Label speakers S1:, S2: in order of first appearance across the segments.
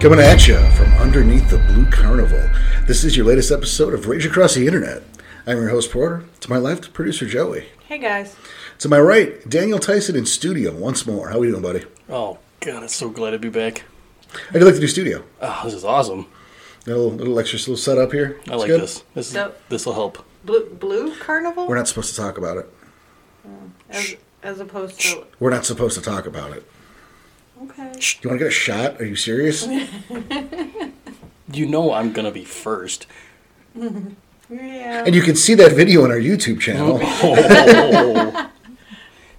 S1: Coming at you from underneath the Blue Carnival. This is your latest episode of Rage Across the Internet. I'm your host, Porter. To my left, producer Joey.
S2: Hey guys.
S1: To my right, Daniel Tyson in studio once more. How we doing, buddy?
S3: Oh God, I'm so glad to be back.
S1: How'd you like the new studio?
S3: Oh, this is awesome.
S1: Little little extra little setup here.
S3: I
S1: It's
S3: like
S1: good?
S3: this. This is,
S2: So-
S3: this will help.
S2: Blue, blue carnival?
S1: We're not supposed to talk about it.
S2: as, as opposed to.
S1: We're not supposed to talk about it.
S2: Okay.
S1: You want to get a shot? Are you serious?
S3: You know I'm gonna be first.
S2: Yeah.
S1: And you can see that video on our YouTube channel.
S3: Oh.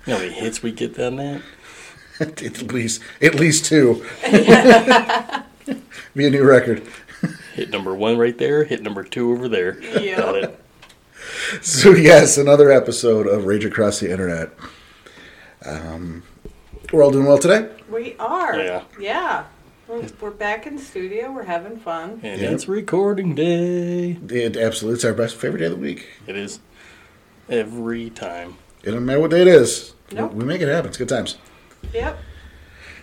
S3: you know the hits we get on that.
S1: at least, at least two. Be a new record.
S3: Hit number one right there. Hit number two over there.
S2: Yeah.
S3: Got it.
S1: So yes, another episode of Rage Across the Internet. Um, we're all doing well today.
S2: we are.
S3: Yeah.
S2: Yeah. We're, we're back in studio. We're having fun.
S3: And
S1: Yeah.
S3: it's recording day.
S1: It absolutely it's our best favorite day of the week.
S3: It is every time.
S1: It doesn't matter what day it is.
S2: Nope.
S1: We make it happen. It's good times.
S2: Yep.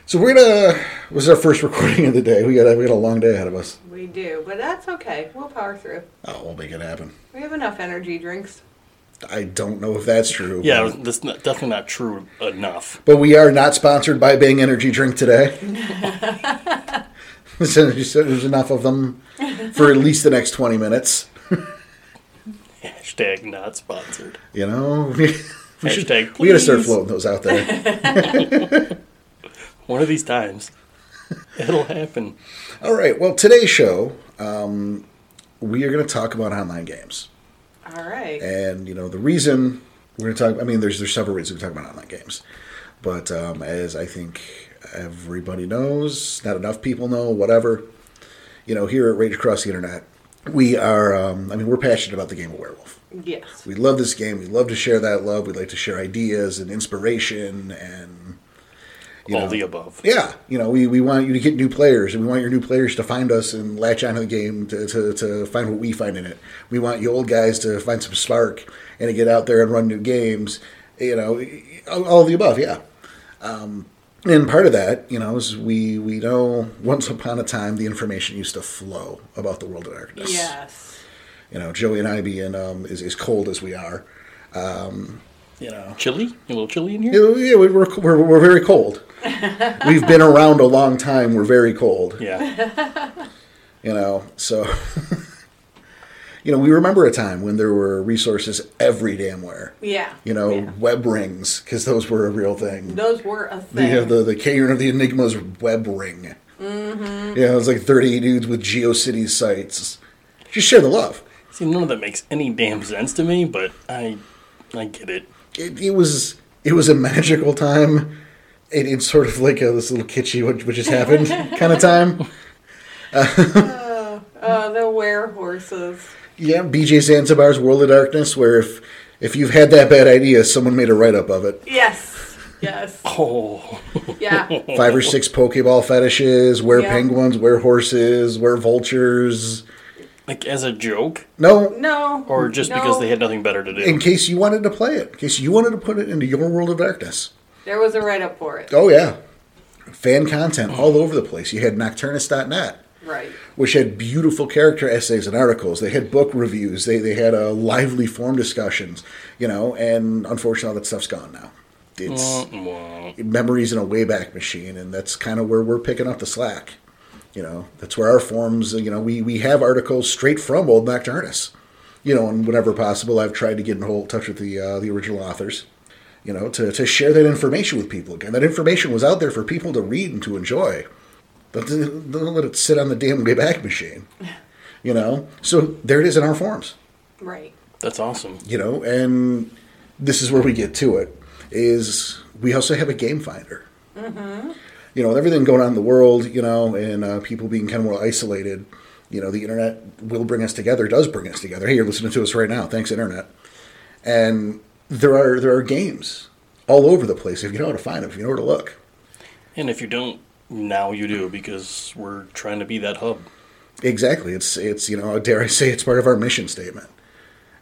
S1: So we're gonna. This is our first recording of the day. We got we got a long day ahead of us.
S2: We do. But that's okay. We'll power through.
S1: Oh, we'll make it happen.
S2: We have enough energy drinks.
S1: I don't know if that's true.
S3: Yeah,
S1: but-
S3: that's not, definitely not true enough.
S1: But we are not sponsored by Bang Energy Drink today. so you said there's enough of them for at least the next 20 minutes.
S3: Hashtag not sponsored.
S1: You know, we should
S3: Hashtag
S1: we gotta start
S3: please.
S1: floating those out there.
S3: One of these times, it'll happen.
S1: All right. Well, today's show, um, we are gonna talk about online games,
S2: All right.
S1: and you know the reason we're gonna talk. I mean, there's there's several reasons we talk about online games, but um, as I think everybody knows, not enough people know. Whatever. You know, here at Rage Across the Internet, we are. Um, I mean, we're passionate about the game of Werewolf.
S2: Yes.
S1: we love this game. We love to share that love. We'd like to share ideas and inspiration and you
S3: All
S1: know,
S3: the above.
S1: yeah, you know, we, we want you to get new players, and we want your new players to find us and latch onto the game to, to, to find what we find in it. We want you old guys to find some spark and to get out there and run new games. You know, all, all of the above. Yeah, um, and part of that, you know, is we we know once upon a time the information used to flow about the world of darkness
S2: Yes.
S1: you know, Joey and I being um, as, as cold as we are, um, you know,
S3: Chilly? A little chilly in here?
S1: yeah, we- we're, we're, we're very cold. We've been around a long time. We're very cold,
S3: Yeah.
S1: you know, so, you know, we remember a time when there were resources every damn where,
S2: Yeah.
S1: you know,
S2: Yeah.
S1: web rings, because those were a real thing.
S2: Those were a
S1: The,
S2: thing.
S1: you know, the, the Cairn of the Enigma's web ring. Mm-hmm. Yeah, it was like 30 dudes with GeoCities sites. Just share the love.
S3: See, none of that makes any damn sense to me, but I I get it.
S1: it, it was it was a magical time. It, it's sort of like a, this little kitschy what, what just happened kind of time.
S2: uh, the werehorses.
S1: Yeah, BJ Zanzibar's World of Darkness, where if if you've had that bad idea, someone made a write up of it.
S2: Yes. Yes.
S3: Oh,
S2: Yeah.
S1: Five or six Pokeball fetishes, where
S2: Yeah.
S1: penguins, where horses, where vultures.
S3: like as a joke,
S1: No,
S2: No.
S3: or just
S2: no.
S3: because they had nothing better to do?
S1: in case you wanted to play it, in case you wanted to put it into your World of Darkness.
S2: There was a write up for it.
S1: Oh yeah, fan content all over the place. You had Nocturnus.net.
S2: Right.
S1: which had beautiful character essays and articles. They had book reviews. They they had uh, lively forum discussions. You know, and unfortunately, all that stuff's gone now. It's
S3: Uh, Wow.
S1: memories in a wayback machine, and that's kind of where we're picking up the slack. You know, that's where our forums. You know, we we have articles straight from Old Nocturnus. You know, and whenever possible, I've tried to get in whole touch with the uh, the original authors. You know, to to share that information with people again. That information was out there for people to read and to enjoy. But don't don't let it sit on the damn wayback machine. You know, so there it is in our forums
S2: Right.
S3: That's awesome.
S1: you know and this is where we get to it is we also have a game finder you know with everything going on in the world you know and uh, people being kind of more isolated you know the internet will bring us together does bring us together hey you're listening to us right now thanks internet and there are there are games all over the place if you know how to find them if you know where to look
S3: And if you don't, now you do because we're trying to be that hub.
S1: Exactly. It's it's you know dare I say it's part of our mission statement.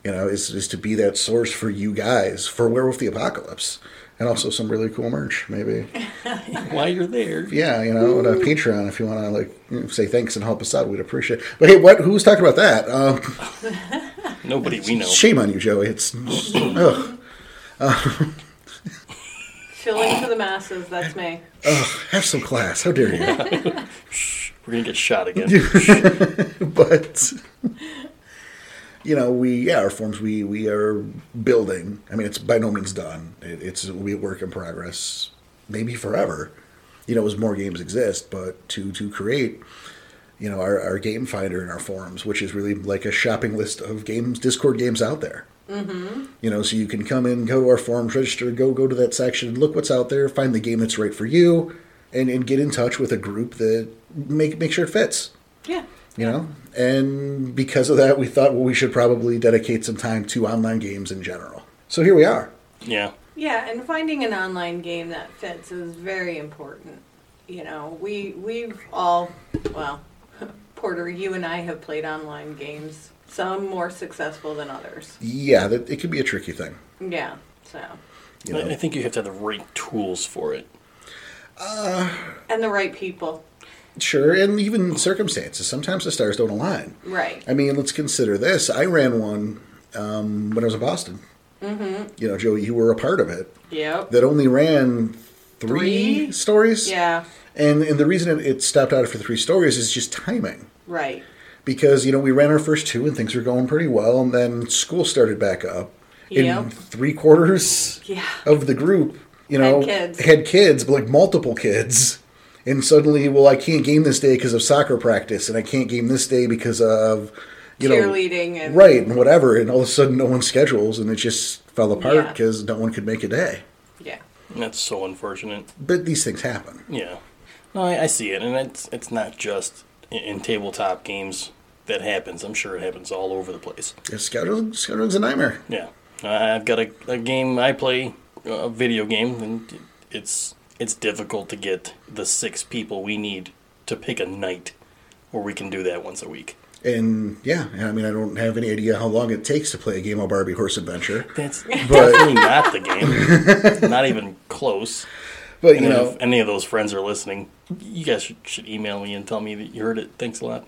S1: you know, is, is to be that source for you guys for Werewolf the Apocalypse and also some really cool merch, maybe.
S3: While you're there,
S1: Yeah, you know, on a Patreon, if you want to like say thanks and help us out, we'd appreciate it. But hey, what? Who's talking about that? Um,
S3: nobody we know.
S1: Shame on you, Joey. It's ugh.
S2: Chilling to the masses, that's me.
S1: have some class. How dare you?
S3: We're gonna get shot again.
S1: but you know we yeah our forms we we are building i mean it's by no means done it, it's it'll be a work in progress maybe forever you know as more games exist but to to create you know our, our game finder and our forums which is really like a shopping list of games discord games out there you know so you can come in go to our forums register go go to that section look what's out there find the game that's right for you and and get in touch with a group that make make sure it fits
S2: Yeah.
S1: you know and because of that we thought well we should probably dedicate some time to online games in general so here we are
S3: Yeah.
S2: Yeah, and finding an online game that fits is very important. You know, we we've all well, Porter, you and I have played online games, some more successful than others.
S1: yeah that, it can be a tricky thing
S2: Yeah. So,
S1: you
S3: I, I
S1: know
S3: think you have to have the right tools for it.
S2: and the right people.
S1: sure and even circumstances sometimes the stars don't align
S2: Right.
S1: i mean let's consider this i ran one um, when i was in boston mm-hmm. you know joey you were a part of it
S2: Yep.
S1: that only ran three,
S2: Three?
S1: stories
S2: Yeah.
S1: and and the reason it, it stopped out for three stories is just timing
S2: Right.
S1: because you know we ran our first two and things were going pretty well, and then school started back up.
S2: Yep.
S1: And three quarters
S2: Yeah.
S1: of the group, you know,
S2: kids.
S1: had kids, but like multiple kids. And suddenly, well, I can't game this day because of soccer practice, and I can't game this day because of you know
S2: Cheerleading and-
S1: right and whatever. And all of a sudden, no one schedules, and it just fell apart
S2: Yeah.
S1: because no one could make a day.
S2: Yeah.
S3: And that's so unfortunate.
S1: But these things happen.
S3: Yeah. No, I, I see it, and it's it's not just in, in tabletop games that happens. I'm sure it happens all over the place.
S1: Scheduling, scheduling's a nightmare.
S3: Yeah, I- I've got a, a game I play, a video game, and it's it's difficult to get the six people we need to pick a night where we can do that once a week.
S1: And yeah, I mean, I don't have any idea how long it takes to play a game of Barbie Horse Adventure.
S3: That's definitely not the game. not even close.
S1: But
S3: And
S1: you know,
S3: if any of those friends are listening, you guys should, should email me and tell me that you heard it. Thanks a lot.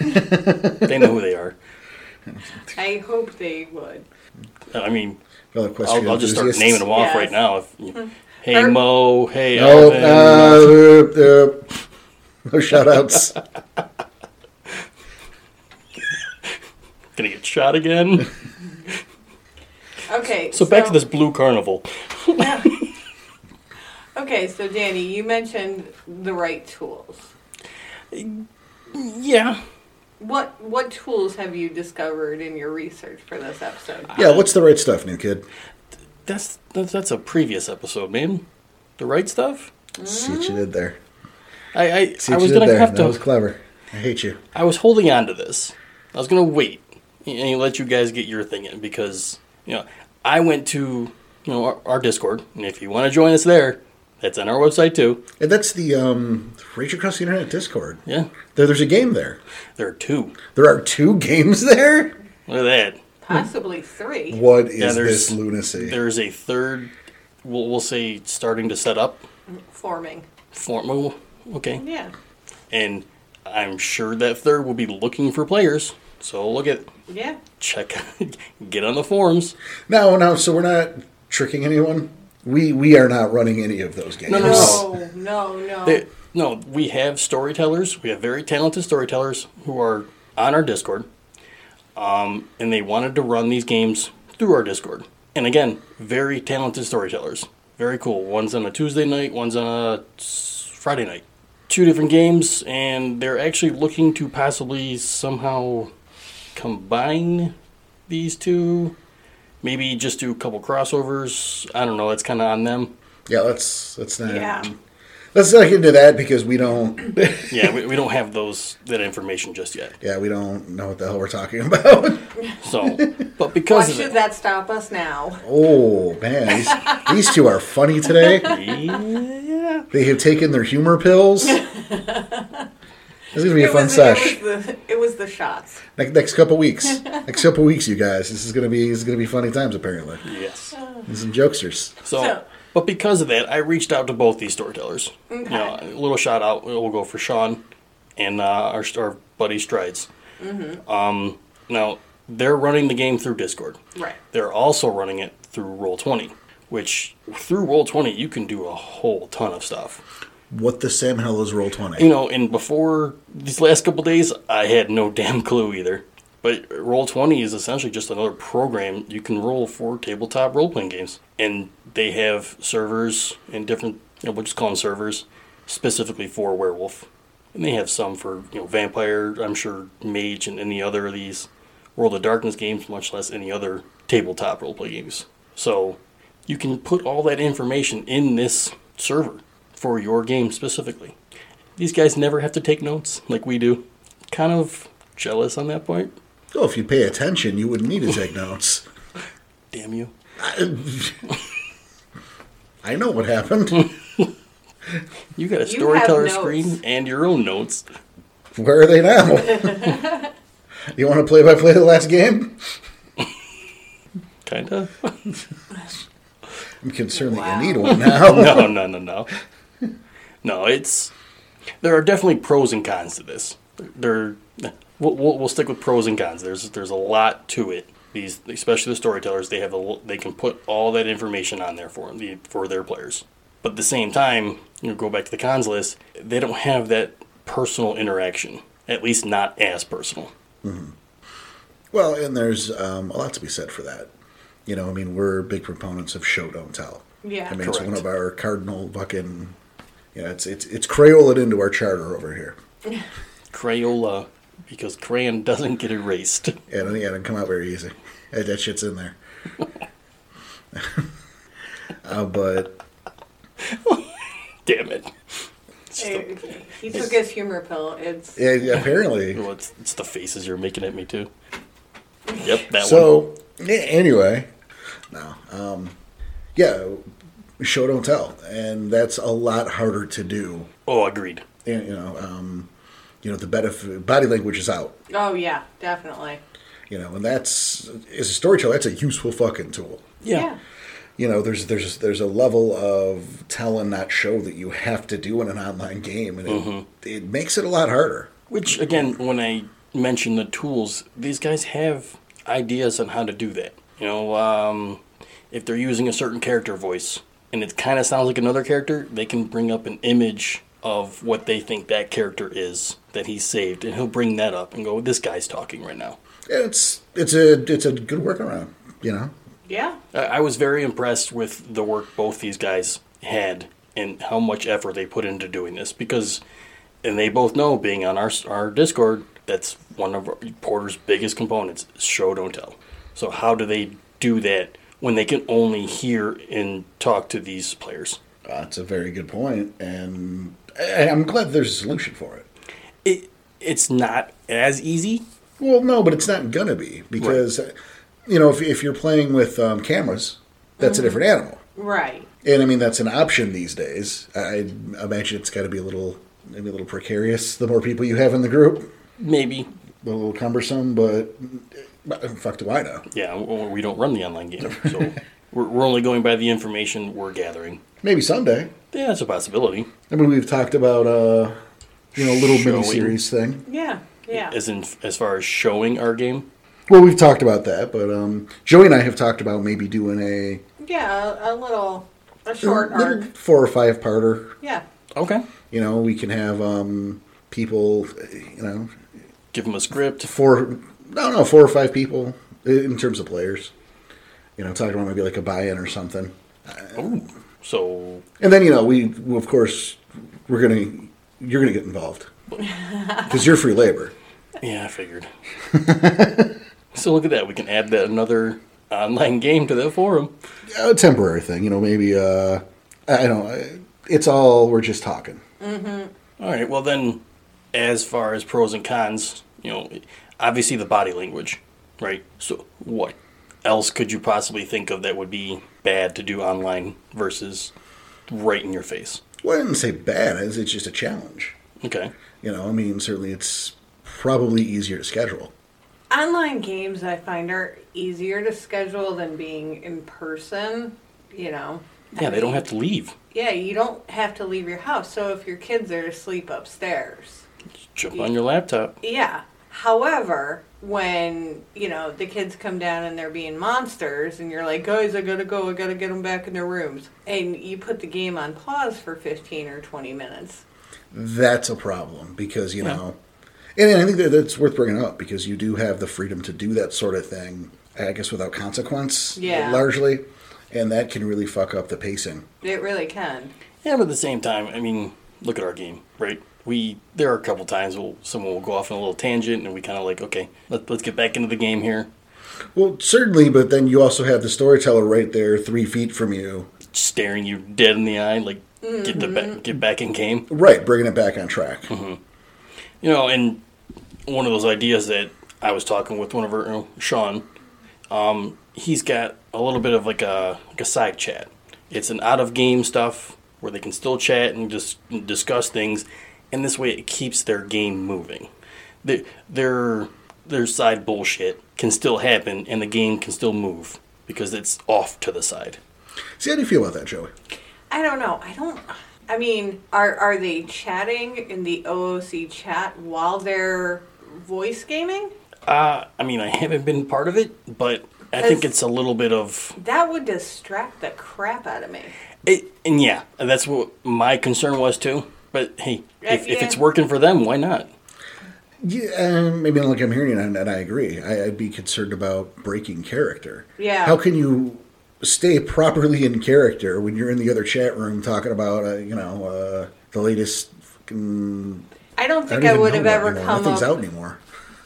S3: they know who they are.
S2: I hope they would.
S3: I mean,
S1: Another question.
S3: I'll, I'll just start naming them off
S2: Yes.
S3: right now. If you, hey
S1: Er
S2: Or-
S3: Mo, hey
S1: No,
S3: Alvin,
S1: uh, uh, no shout outs.
S3: gonna get shot again.
S2: Okay.
S3: So back to this blue carnival.
S2: Okay, so Danny, you mentioned the right tools.
S3: Yeah.
S2: What what tools have you discovered in your research for this episode?
S1: yeah, what's the right stuff, new kid?
S3: That's that's, that's a previous episode, man. The right stuff?
S1: See what you did there.
S3: I I,
S1: See
S3: I
S1: what
S3: was
S1: you did
S3: gonna
S1: there.
S3: have
S1: That
S3: to
S1: was clever. I hate you.
S3: I was holding on to this. I was gonna wait and let you guys get your thing in because you know I went to you know our, our Discord and if you want to join us there, that's on our website too.
S1: And that's the um, Rage Across the Internet Discord.
S3: Yeah,
S1: There, there's a game there.
S3: there are two.
S1: There are two games there.
S3: Look at that.
S2: Possibly three.
S1: What is
S3: Yeah, there's-
S1: this lunacy?
S3: There's a third. We'll, we'll say starting to set up
S2: Forming.
S3: form. oh, Okay.
S2: Yeah.
S3: and I'm sure that third will be looking for players. So look at
S2: Yeah.
S3: check, get on the forums.
S1: No, no. So we're not tricking anyone. We we are not running any of those games.
S3: no,
S2: No, no, no.
S3: They, no, we have storytellers. We have very talented storytellers who are on our Discord, um, and they wanted to run these games through our Discord. And again, very talented storytellers. Very cool. One's on a Tuesday night. One's on a s- Friday night. Two different games, and they're actually looking to possibly somehow combine these two. Maybe just do a couple crossovers. I don't know. That's kind of on them.
S1: Yeah, let's let's not.
S2: Yeah.
S1: Let's not get into that because we don't.
S3: Yeah, we, we don't have those that information just yet.
S1: Yeah, we don't know what the hell we're talking about.
S3: So, but
S2: Why
S3: because of
S2: should
S3: it,
S2: that stop us now?
S1: Oh man, these, these two are funny today.
S3: yeah,
S1: They have taken their humor pills. This is gonna be a
S2: It
S1: fun
S2: was-
S1: sesh.
S2: It was, the, it was the shots.
S1: Next, next couple weeks, next couple weeks, you guys. This is gonna be this is gonna be funny times. Apparently,
S3: Yes.
S1: There's some jokesters.
S3: So,
S2: Uh, So-
S3: but because of that, I reached out to both these storytellers. You
S2: Okay.
S3: know, a little shout out will go for Sean and uh, our, our buddy Strides.
S2: Mm-hmm.
S3: Um, now, they're running the game through Discord.
S2: Right.
S3: They're also running it through Roll20, which through Roll20, you can do a whole ton of stuff.
S1: What the Sam Hellows roll twenty?
S3: You know, and before these last couple days, I had no damn clue either. But Roll20 is essentially just another program you can roll for tabletop role playing games. And they have servers and different, you know, we'll just call them servers, specifically for werewolf. And they have some for, you know, vampire, I'm sure mage, and any other of these World of Darkness games, much less any other tabletop role play games. So you can put all that information in this server for your game specifically. These guys never have to take notes like we do. Kind of jealous on that point.
S1: Oh, if you pay attention, you wouldn't need to take notes.
S3: Damn you.
S1: I know what happened.
S3: You got
S2: You
S3: a storyteller
S2: have notes.
S3: screen and your own notes.
S1: Where are they now? you want to play by play the last game?
S3: Kinda.
S1: I'm concerned
S2: Wow.
S1: that you need one now.
S3: no, no, no, no. No, it's there are definitely pros and cons to this. There, we'll, we'll, we'll stick with pros and cons. There's there's a lot to it. These, especially the storytellers, they have a, l- they can put all that information on there for the for their players. But at the same time, you know, go back to the cons list. They don't have that personal interaction. At least not as personal.
S1: Well, and there's um, a lot to be said for that. You know, I mean, we're big proponents of show don't tell.
S2: Yeah.
S1: I mean, it's one
S3: Correct.
S1: of our cardinal fucking. You know, it's it's it's Crayola into our charter over here,
S3: Crayola, because crayon doesn't get erased.
S1: and yeah, it didn't come out very easy. That, that shit's in there. uh, but
S3: Damn it! It's just the-
S2: It- he took his humor pill. It's
S1: yeah, apparently,
S3: Well, it's, it's the faces you're making at me too. Yep, that one.
S1: So a- anyway, no, um, yeah, show don't tell, and that's a lot harder to do.
S3: Oh, agreed.
S1: And, you know, um, you know the benef- body language is out.
S2: oh yeah, definitely.
S1: You know, and that's as a storyteller, that's a useful fucking tool.
S3: Yeah.
S1: You know, there's there's there's a level of tell and not show that you have to do in an online game, and it, it makes it a lot harder.
S3: Which again, when I mention the tools, these guys have ideas on how to do that. You know, um, if they're using a certain character voice and it kind of sounds like another character, they can bring up an image of what they think that character is that he saved, and he'll bring that up and go, "This guy's talking right now."
S1: And It's it's a it's a good workaround. You know,
S2: Yeah.
S3: I I was very impressed with the work both these guys had and how much effort they put into doing this because, and they both know being on our our Discord, that's one of our- Porter's biggest components: show don't tell. So how do they do that when they can only hear and talk to these players?
S1: That's a very good point, and I- I'm glad there's a solution for it.
S3: It it's not as easy.
S1: Well, no, but it's not gonna be because you know if, if you're playing with um, cameras, that's a different animal,
S2: Right.
S1: and I mean that's an option these days. I I imagine it's got to be a little maybe a little precarious the more people you have in the group,
S3: Maybe
S1: a little cumbersome, but, but fuck do I know?
S3: yeah. w- We don't run the online game, so we're, we're only going by the information we're gathering.
S1: Maybe someday.
S3: Yeah, that's a possibility.
S1: I mean, we've talked about uh, you know a little
S3: Showing.
S1: mini series thing.
S2: Yeah. Yeah.
S3: As in, as far as showing our game,
S1: Well, we've talked about that, but um, Joey and I have talked about maybe doing a
S2: yeah. A, a little, a short
S1: little
S2: arc.
S1: four or five parter.
S2: Yeah.
S3: Okay.
S1: You know, we can have um, people, you know,
S3: Give them a script.
S1: four, no, no, four or five people i- in terms of players. You know, talking about maybe like a buy-in or something,
S3: So
S1: and then you know we, we of course we're gonna you're gonna get involved because you're free labor.
S3: yeah, I figured. so look at that. We can add that another online game to the forum.
S1: A temporary thing, you know, maybe uh, I I don't. know, It's all we're just talking.
S3: All right. Well then, as far as pros and cons, you know, obviously the body language, right? So what else could you possibly think of that would be bad to do online versus right in your face?
S1: Well, I didn't say bad. It's it's just a challenge.
S3: Okay.
S1: You know, I mean, certainly it's probably easier to schedule.
S2: Online games I find are easier to schedule than being in person, you know.
S3: Yeah, they don't have to leave.
S2: Yeah, you don't have to leave your house. So if your kids are asleep upstairs,
S3: Just jump on your laptop.
S2: yeah. However, when, you know, the kids come down and they're being monsters and you're like, guys, I gotta go, I gotta get them back in their rooms. And you put the game on pause for 15 or 20 minutes.
S1: That's a problem because, you know, and I think that that's worth bringing up because you do have the freedom to do that sort of thing, I guess, without consequence,
S2: Yeah.
S1: largely. And that can really fuck up the pacing.
S2: It really can.
S3: Yeah, but at the same time, I mean, look at our game, right? We there are a couple times we'll, someone will go off on a little tangent, and we kind of like, okay, let, let's get back into the game here.
S1: Well, certainly, but then you also have the storyteller right there, three feet from you,
S3: Staring you dead in the eye, like get the ba- get back in game.
S1: right, bringing it back on track.
S3: You know, and one of those ideas that I was talking with one of our uh, Sean, um, he's got a little bit of like a like a side chat. It's an out of game stuff where they can still chat and just discuss things, and this way it keeps their game moving. Their their their side bullshit can still happen, and the game can still move because it's off to the side.
S1: See, how do you feel about that, Joey?
S2: I don't know. I don't. I mean, are are they chatting in the OOC chat while they're voice gaming?
S3: Uh, I mean, I haven't been part of it, but I think it's a little bit of
S2: That would distract the crap out of me.
S3: It, and yeah, and that's what my concern was too. But hey, if, if
S2: yeah.
S3: it's working for them, why not?
S1: Yeah, uh, maybe not like I'm hearing you, and, and I agree. I, I'd be concerned about breaking character.
S2: Yeah.
S1: How can you stay properly in character when you're in the other chat room talking about, uh, you know, uh, the latest? Fucking,
S2: I don't
S1: I
S2: think
S1: don't
S2: I,
S1: even
S2: would
S1: know
S2: have
S1: that
S2: ever
S1: anymore.
S2: come
S1: Nothing's out
S2: up.
S1: anymore.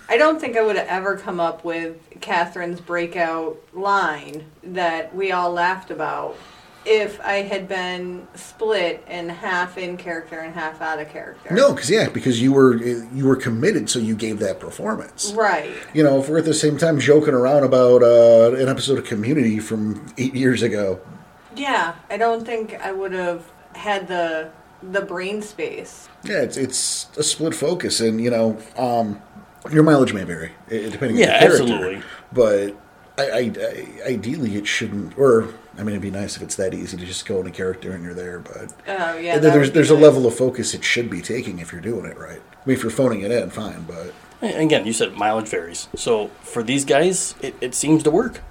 S2: I don't think I would have ever come up with Catherine's breakout line that we all laughed about if I had been split and half in character and half out of character.
S1: No, because yeah, because you were you were committed, so you gave that performance.
S2: Right.
S1: you know, if we're at the same time joking around about uh, an episode of Community from eight years ago,
S2: Yeah, I don't think I would have had the the brain space.
S1: yeah, it's it's a split focus, and you know, um, your mileage may vary eh, depending
S3: Yeah,
S1: on the character.
S3: absolutely.
S1: But I, I, I, ideally, it shouldn't. Or I mean, it'd be nice if it's that easy to just go in a character and you're there. But
S2: Oh yeah.
S1: and
S2: that
S1: then there's
S2: would be
S1: there's a
S2: nice.
S1: level of focus it should be taking if you're doing it right. I mean, if you're phoning it in, fine, but.
S3: And again, you said mileage varies. So for these guys, it, it seems to work.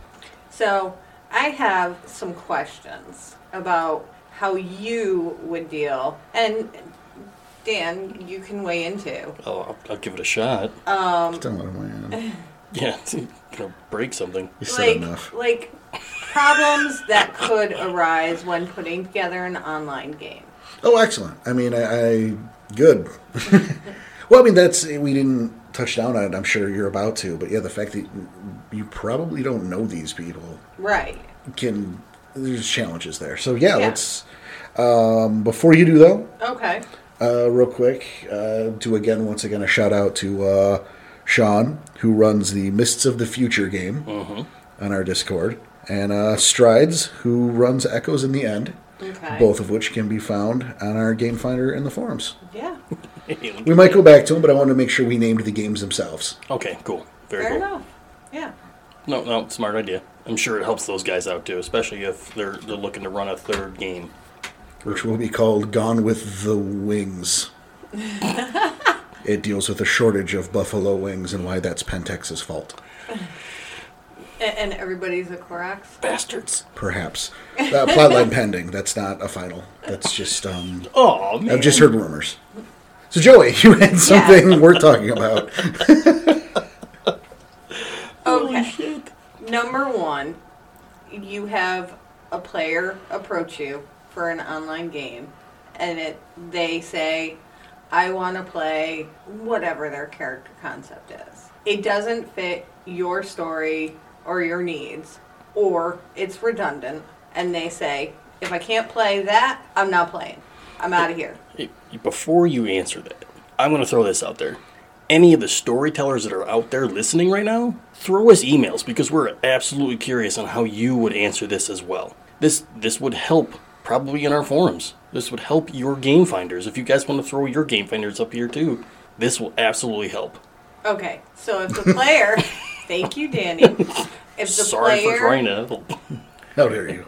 S2: So I have some questions about how you would deal, and Dan, you can weigh in too.
S3: Oh, I'll, I'll give it a shot.
S2: Uh. Um,
S1: Don't let him win.
S3: yeah, it's gonna break something.
S1: You said
S2: Like
S1: enough.
S2: like problems that could arise when putting together an online game.
S1: Oh, excellent. I mean, I, I good. well, I mean, that's we didn't touch down on it. I'm sure you're about to, but yeah, the fact that you probably don't know these people
S2: Right.
S1: can there's challenges there. So yeah,
S2: Yeah.
S1: let's. Um, before you do though,
S2: Okay.
S1: uh, real quick, uh, do again once again a shout out to uh, Sean who runs the Mists of the Future game on our Discord, and uh, Strides who runs Echoes in the End.
S2: Okay.
S1: Both of which can be found on our Game Finder in the forums.
S2: Yeah.
S1: We might go back to them, but I wanted to make sure we named the games themselves.
S3: okay, cool. Very
S2: Fair
S3: cool.
S2: enough. Yeah.
S3: No, no, smart idea. I'm sure it helps those guys out too, especially if they're they're looking to run a third game.
S1: which will be called Gone with the Wings. it deals with a shortage of buffalo wings and why that's Pentex's fault,
S2: And, and everybody's a Korax.
S3: Bastards.
S1: perhaps. Uh, plotline pending. That's not a final. That's just um.
S3: Oh man.
S1: I've just heard rumors. So Joey, you had something worth talking about.
S2: Okay. Number one, you have a player approach you for an online game, and it they say, "I want to play whatever their character concept is." It doesn't fit your story or your needs, or it's redundant, and they say, "If I can't play that, I'm not playing. I'm out of here."
S3: Hey, Before you answer that, I'm going to throw this out there. Any of the storytellers that are out there listening right now, throw us emails because we're absolutely curious on how you would answer this as well. This this would help probably in our forums. This would help your game finders. If you guys want to throw your game finders up here too, this will absolutely help.
S2: Okay, so if the player, thank you, Danny. If the
S3: Sorry
S2: player,
S3: for trying to.
S1: How dare you?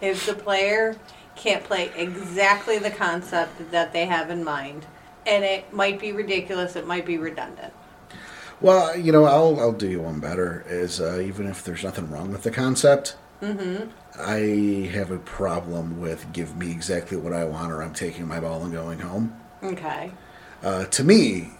S2: if the player can't play exactly the concept that they have in mind, and it might be ridiculous, it might be redundant.
S1: Well, you know, I'll I'll do you one better. Is uh, even if there's nothing wrong with the concept, I have a problem with give me exactly what I want, or I'm taking my ball and going home.
S2: Okay.
S1: Uh, to me,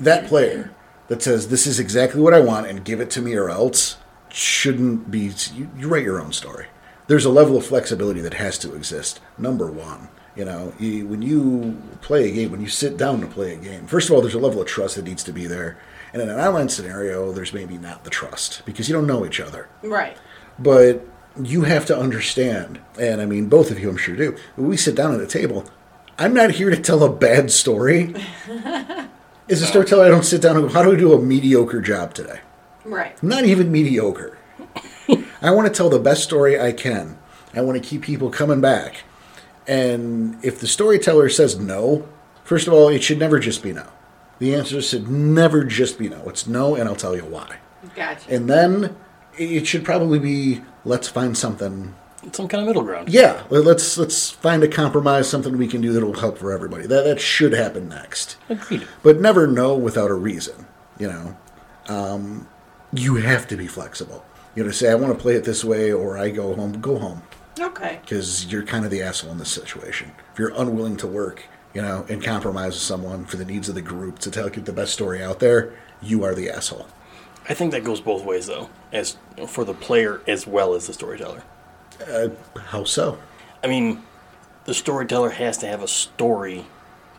S1: that player that says this is exactly what I want and give it to me or else shouldn't be. You, you write your own story. There's a level of flexibility that has to exist. Number one, you know, you, when you play a game, when you sit down to play a game, first of all, there's a level of trust that needs to be there. And in an online scenario, there's maybe not the trust because you don't know each other
S2: Right.
S1: but you have to understand, and I mean, both of you, I'm sure, do. When we sit down at a table, I'm not here to tell a bad story. As a storyteller, I don't sit down and go, How do we do a mediocre job today?
S2: Right.
S1: Not even mediocre. I want to tell the best story I can. I want to keep people coming back. And if the storyteller says no, first of all, it should never just be no. The answer should never just be no. It's no, and I'll tell you why.
S2: Gotcha.
S1: And then it should probably be let's find something.
S3: Some kind of middle ground.
S1: Yeah, let's let's find a compromise, something we can do that'll help for everybody. That that should happen next.
S3: Agreed.
S1: But never know without a reason. You know, um, you have to be flexible. You know, to say I want to play it this way, or I go home. Go home
S2: Okay.
S1: because you're kind of the asshole in this situation. If you're unwilling to work, you know, and compromise with someone for the needs of the group to tell get the best story out there, you are the asshole.
S3: I think that goes both ways though, as for the player as well as the storyteller.
S1: How so?
S3: I mean, the storyteller has to have a story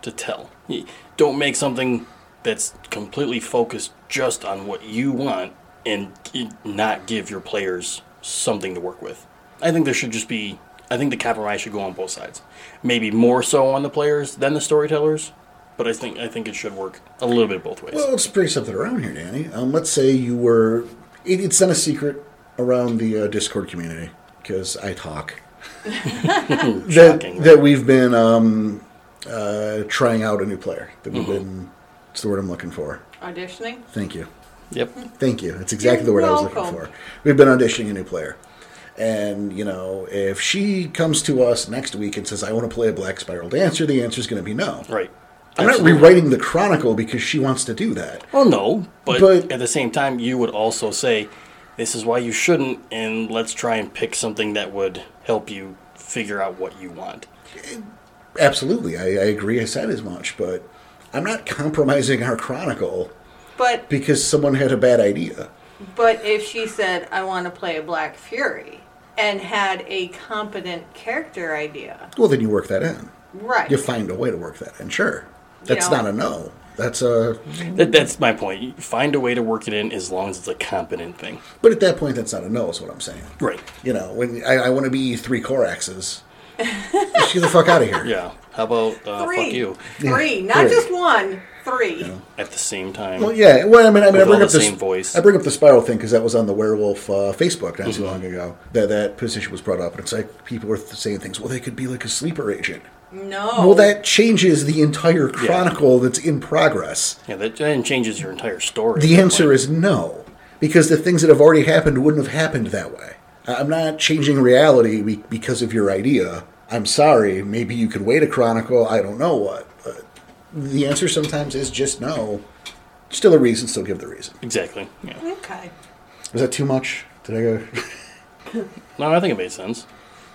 S3: to tell. You don't make something that's completely focused just on what you want and g- not give your players something to work with. I think there should just be, I think the compromise should go on both sides. Maybe more so on the players than the storytellers, but I think I think it should work a little bit both ways.
S1: Well, let's bring something around here, Danny. Um, let's say you were. It, it's not a secret around the uh, Discord community because I talk. that,
S3: Shocking, right?
S1: that we've been um, uh, trying out a new player. That we've been. It's the word I'm looking for.
S2: Auditioning.
S1: Thank you.
S3: Yep.
S1: Thank you. That's exactly the
S2: You're
S1: word I was
S2: welcome.
S1: looking for. We've been auditioning a new player. And, you know, if she comes to us next week and says, I want to play a Black Spiral Dancer, the answer is going to be no.
S3: Right.
S1: I'm not
S3: Absolutely.
S1: rewriting the Chronicle because she wants to do that.
S3: Well, no, but,
S1: But-
S3: at the same time, you would also say, "This is why you shouldn't," and let's try and pick something that would help you figure out what you want.
S1: Absolutely, I, I agree. I said as much, but I'm not compromising our chronicle
S2: But
S1: because someone had a bad idea.
S2: But if she said, I want to play a Black Fury and had a competent character idea,
S1: Well, then you work that in.
S2: right?
S1: You find a way to work that in. Sure, that's
S2: know-
S1: not a no. That's a.
S3: That, that's my point. You Find a way to work it in as long as it's a competent thing.
S1: But at that point, that's not a no. Is what I'm saying.
S3: Right.
S1: You know, when I, I want to be three Coraxes, just get the fuck out of here.
S3: Yeah. How about uh,
S2: three,
S3: fuck you?
S2: three,
S1: Yeah.
S2: not
S1: Three.
S2: just one, three.
S3: At the same time.
S1: Well, yeah. Well, I mean, I mean,
S3: With
S1: I bring
S3: all
S1: up
S3: the
S1: this.
S3: same voice. Mm-hmm.
S1: I bring up the spiral thing because that was on the werewolf uh, Facebook not too long ago. That that position was brought up, and it's like people were th- saying things. Well, they could be like a sleeper agent.
S2: No.
S1: Well, that changes the entire chronicle that's in progress.
S3: Yeah. That, that changes your entire story.
S1: The answer is no, because the things that have already happened wouldn't have happened that way. I- I'm not changing reality be- because of your idea. I'm sorry. Maybe you could wait a chronicle. I don't know what. But the answer sometimes is just no. Still a reason. Still give the reason.
S3: exactly. Yeah.
S2: Okay.
S1: Was that too much? Did I go?
S3: No, I think it made sense.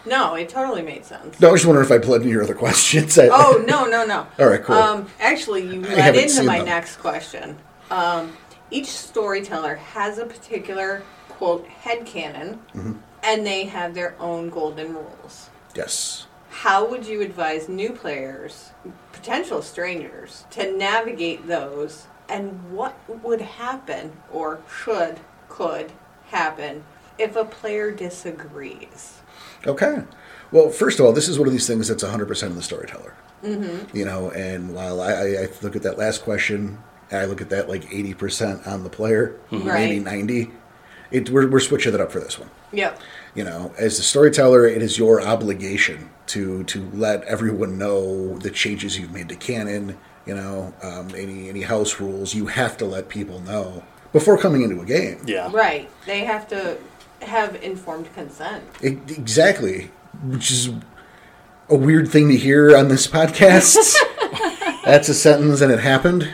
S2: No, it totally made sense.
S1: no, I was just wondering if I bled into your other questions. I,
S2: Oh no, no, no.
S1: All right, cool.
S2: Um, actually, you led
S1: haven't
S2: into
S1: seen
S2: my
S1: them.
S2: next question. Um, each storyteller has a particular quote headcanon,
S1: Mm-hmm.
S2: and they have their own golden rules.
S1: Yes.
S2: How would you advise new players, potential strangers, to navigate those and what would happen or should, could happen if a player disagrees?
S1: Okay. Well, first of all, this is one of these things that's 100% of the storyteller. Mm-hmm. You know, and while I, I- I look at that last question, I look at that like 80% on the player,
S2: Mhm.
S1: maybe
S2: Right.
S1: 90. it, we're, we're switching it up for this one.
S2: Yep.
S1: You know, as the storyteller, it is your obligation to to let everyone know the changes you've made to canon. You know, um, any any house rules. You have to let people know before coming into a game.
S3: Yeah.
S2: Right. They have to have informed consent.
S1: E- exactly, which is a weird thing to hear on this podcast. That's a sentence, and it happened.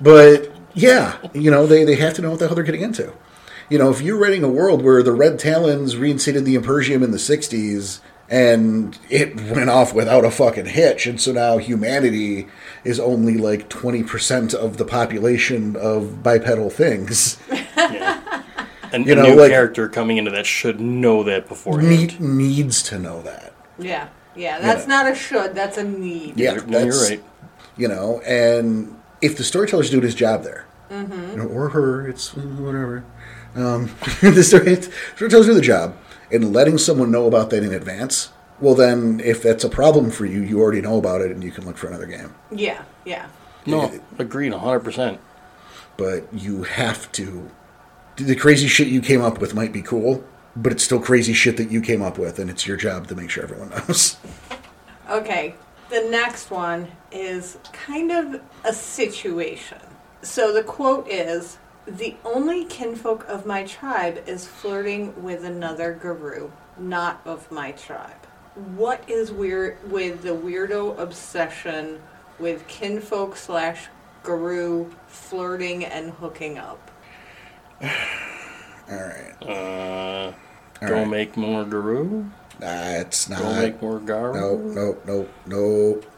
S1: But yeah, you know they they have to know what the hell they're getting into. You know, if you're writing a world where the Red Talons reinstated the Impersium in the '60s and it went off without a fucking hitch, and so now humanity is only like 20% of the population of bipedal things.
S3: yeah. And
S1: You
S3: a
S1: know,
S3: new
S1: like-
S3: character coming into that should know that beforehand.
S1: Need, needs to know that.
S2: Yeah. Yeah. That's not a should. That's a need.
S1: Yeah,
S3: You're-
S1: that's,
S3: you're right.
S1: You know, and if the storyteller's doing his job there, you know, or her, it's whatever. Um, the story, storyteller's doing the job, and letting someone know about that in advance. Well, then, if that's a problem for you, you already know about it, and you can look for another game.
S2: Yeah. Yeah.
S3: No, agreed, hundred percent.
S1: But you have to. The crazy shit you came up with might be cool, but it's still crazy shit that you came up with, and it's your job to make sure everyone knows.
S2: Okay, the next one is kind of a situation. So the quote is The only kinfolk of my tribe is flirting with another guru, not of my tribe. What is weird with the weirdo obsession with kinfolk slash guru flirting and hooking up?
S1: All right,
S3: Uh,
S1: All
S3: go
S1: right.
S3: make more guru.
S1: that's not.
S3: Go make more garu.
S1: No, no, no,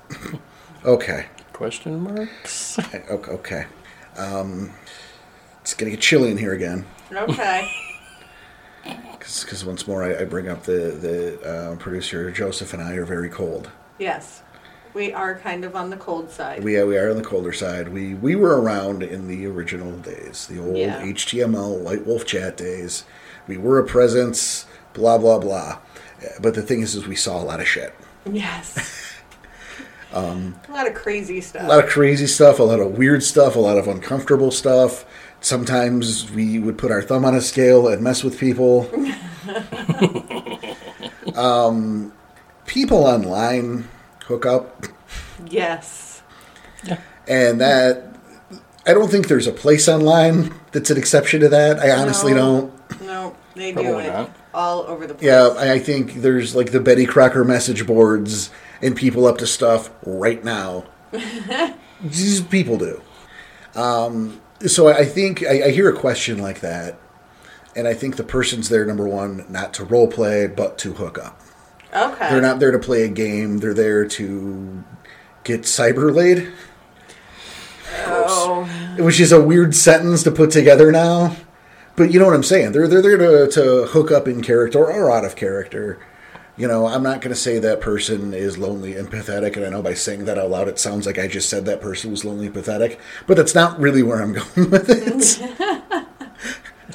S1: no. okay.
S3: Question marks.
S1: I- o- Okay. Um, it's going to get chilly in here again.
S2: Okay.
S1: Because once more, I, I bring up the, the uh, producer, Joseph, and I are very cold.
S2: yes, we are kind of on the cold side.
S1: We, uh, we are on the colder side. We, we were around in the original days, the old
S2: Yeah.
S1: HTML White Wolf chat days. We were a presence, blah, blah, blah. Uh, But the thing is, is we saw a lot of shit.
S2: Yes.
S1: Um,
S2: a lot of crazy stuff.
S1: a lot of crazy stuff, a lot of weird stuff, a lot of uncomfortable stuff. Sometimes we would put our thumb on a scale and mess with people. um, people online hook up,
S2: yes.
S1: and that I don't think there's a place online that's an exception to that. I honestly
S2: No.
S1: don't.
S2: No, they do
S3: Probably
S2: it
S3: not.
S2: all over the place.
S1: Yeah, I I think there's like the Betty Crocker message boards and people up to stuff right now. These people do. Um, so I I think I, I hear a question like that, and I think the person's there number one, not to role play, but to hook up.
S2: okay.
S1: They're not there to play a game. They're there to get cyber laid,
S2: Oh,
S1: which is a weird sentence to put together now. But you know what I'm saying? They're they're there to, to hook up in character or out of character. You know, I'm not going to say that person is lonely and pathetic, and I know by saying that out loud, it sounds like I just said that person was lonely and pathetic. But that's not really where I'm going with it.
S3: It's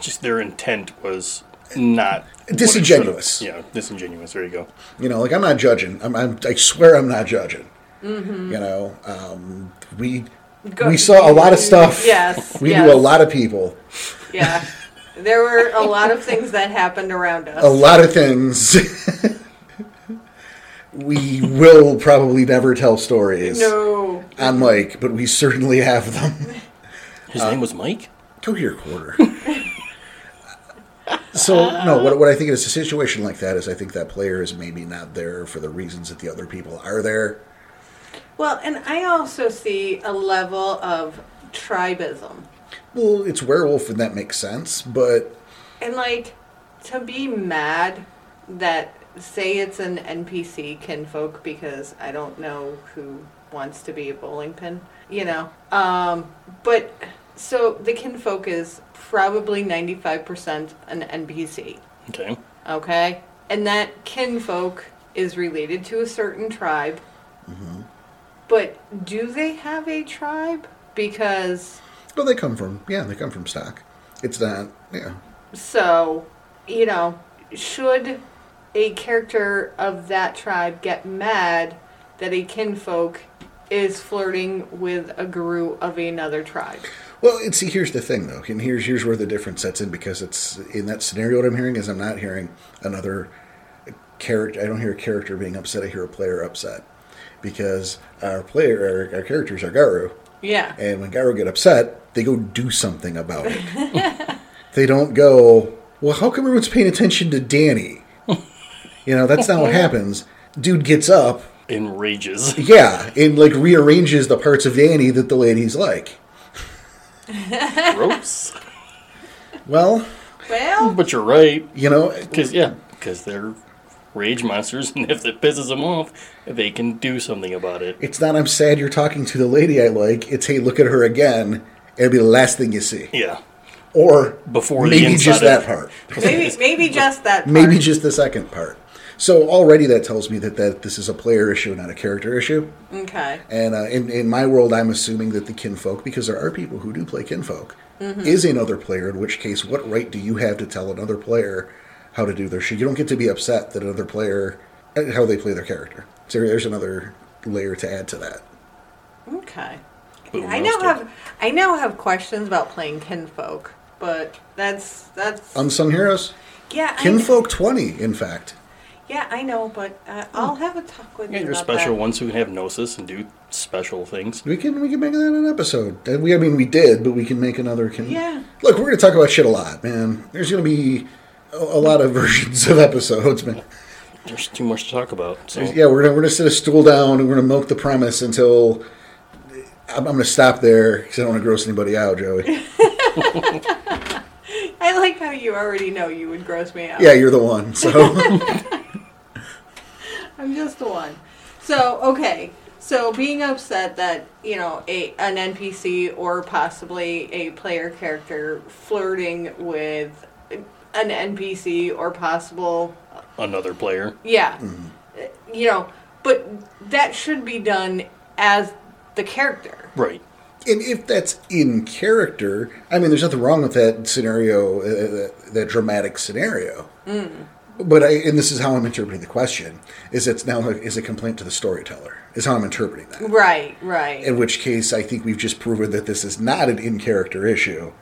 S3: just their intent was not what it
S1: Disingenuous.
S3: should've- Yeah, disingenuous. There you go.
S1: you know, like I'm not judging. I'm, I'm I swear I'm not judging. You know, um, we
S2: Mm-hmm. Go-
S1: we saw a lot of stuff.
S2: Yes,
S1: we
S2: yes.
S1: knew a lot of people,
S2: yeah. There were a lot of things that happened around us.
S1: a lot of things. we will probably never tell stories.
S2: No.
S1: on Mike, but we certainly have them.
S3: His
S1: Uh,
S3: name was Mike.
S1: Go to your quarter. so no, what, what I think is a situation like that is I think that player is maybe not there for the reasons that the other people are there.
S2: Well, and I also see a level of tribism.
S1: Well, it's werewolf and that makes sense, but
S2: And like to be mad that say it's an NPC kinfolk because I don't know who wants to be a bowling pin, you know. Um, but so the kinfolk is probably 95% an NPC,
S3: Okay.
S2: okay? And that kinfolk is related to a certain tribe. But do they have a tribe? Because
S1: well, they come from yeah, they come from stock. It's not yeah.
S2: So, you know, should a character of that tribe get mad that a kinfolk is flirting with a guru of another tribe.
S1: Well, and see, here's the thing, though, and here's here's where the difference sets in because it's in that scenario. What I'm hearing is I'm not hearing another character. I don't hear a character being upset. I hear a player upset because our player, our, our characters are Garu,
S2: Yeah.
S1: and when Garu get upset, they go do something about it. they don't go. Well, how come everyone's paying attention to Danny? You know, that's not what happens. Dude gets up,
S3: Enrages.
S1: yeah, and like rearranges the parts of Danny that the ladies like.
S3: Gross.
S1: Well,
S2: Well,
S3: but you're right.
S1: you know,
S3: Because, yeah, because they're rage monsters, and if it pisses them off, they can do something about it.
S1: It's not I'm sad you're talking to the lady I like. It's hey, look at her again. It'll be the last thing you see,
S3: Yeah.
S1: or
S3: Before the
S1: maybe
S3: inside
S1: just
S3: of-
S1: that part,
S2: maybe maybe just that. Part.
S1: maybe just the second part. So already that tells me that, that this is a player issue, not a character issue.
S2: Okay.
S1: And uh, in, in my world, I'm assuming that the kinfolk, because there are people who do play kinfolk, is another player. In which case, what right do you have to tell another player how to do their shit? You don't get to be upset that another player uh, how they play their character. So there's another layer to add to that.
S2: Okay.
S3: Boom,
S2: I now
S3: roasted.
S2: have I now have questions about playing kinfolk, but that's that's
S1: Unsung heroes.
S2: yeah I-
S1: Kinfolk 20, in fact.
S2: yeah I know, but uh, I'll have a talk with
S3: Yeah,
S2: you.
S3: your
S2: about
S3: special
S2: that.
S3: ones who have gnosis and do special things.
S1: We can we can make that an episode. And we I mean we did, but we can make another kin-
S2: Yeah.
S1: Look, we're gonna talk about shit a lot, man. There's gonna be a, a lot of versions of episodes, man.
S3: There's too much to talk about. So.
S1: Yeah, we're gonna we're gonna sit a stool down and we're gonna milk the premise until I'm, I'm gonna stop there because I don't want to gross anybody out, Joey.
S2: I like how you already know you would gross me out.
S1: Yeah, you're the one. So
S2: I'm just the one. So okay, so being upset that you know a an NPC or possibly a player character flirting with an NPC or possible
S3: Another player.
S2: Yeah. Uh,
S1: Mm-hmm.
S2: You know, but that should be done as the character.
S3: Right.
S1: and if that's in character, I mean, there's nothing wrong with that scenario, uh, that, that dramatic scenario.
S2: Mm.
S1: But I, and this is how I'm interpreting the question: is it's now a, is a complaint to the storyteller? Is how I'm interpreting that.
S2: Right, right.
S1: In which case, I think we've just proven that this is not an in character issue.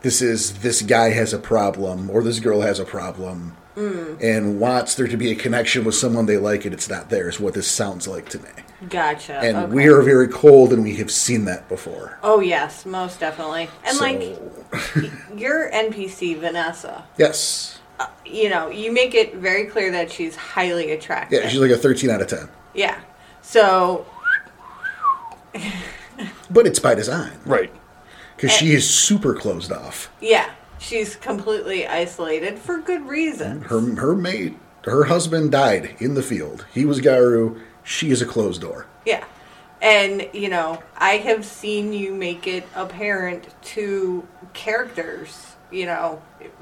S1: This is this guy has a problem, or this girl has a problem,
S2: Mm.
S1: and wants there to be a connection with someone they like, and it's not there. Is what this sounds like to me.
S2: gotcha.
S1: And
S2: okay.
S1: we are very cold, and we have seen that before.
S2: Oh yes, most definitely. And
S1: So-
S2: like your NPC Vanessa,
S1: yes.
S2: you know, you make it very clear that she's highly attractive.
S1: Yeah, she's like a 13 out of 10.
S2: Yeah. So
S1: But it's by design
S3: Right.
S1: because
S2: Eh.
S1: she is super closed off.
S2: yeah, she's completely isolated for good reason.
S1: Her her mate, her husband died in the field. He was Garu. She is a closed door.
S2: Yeah. And, you know, I have seen you make it apparent to characters, you know,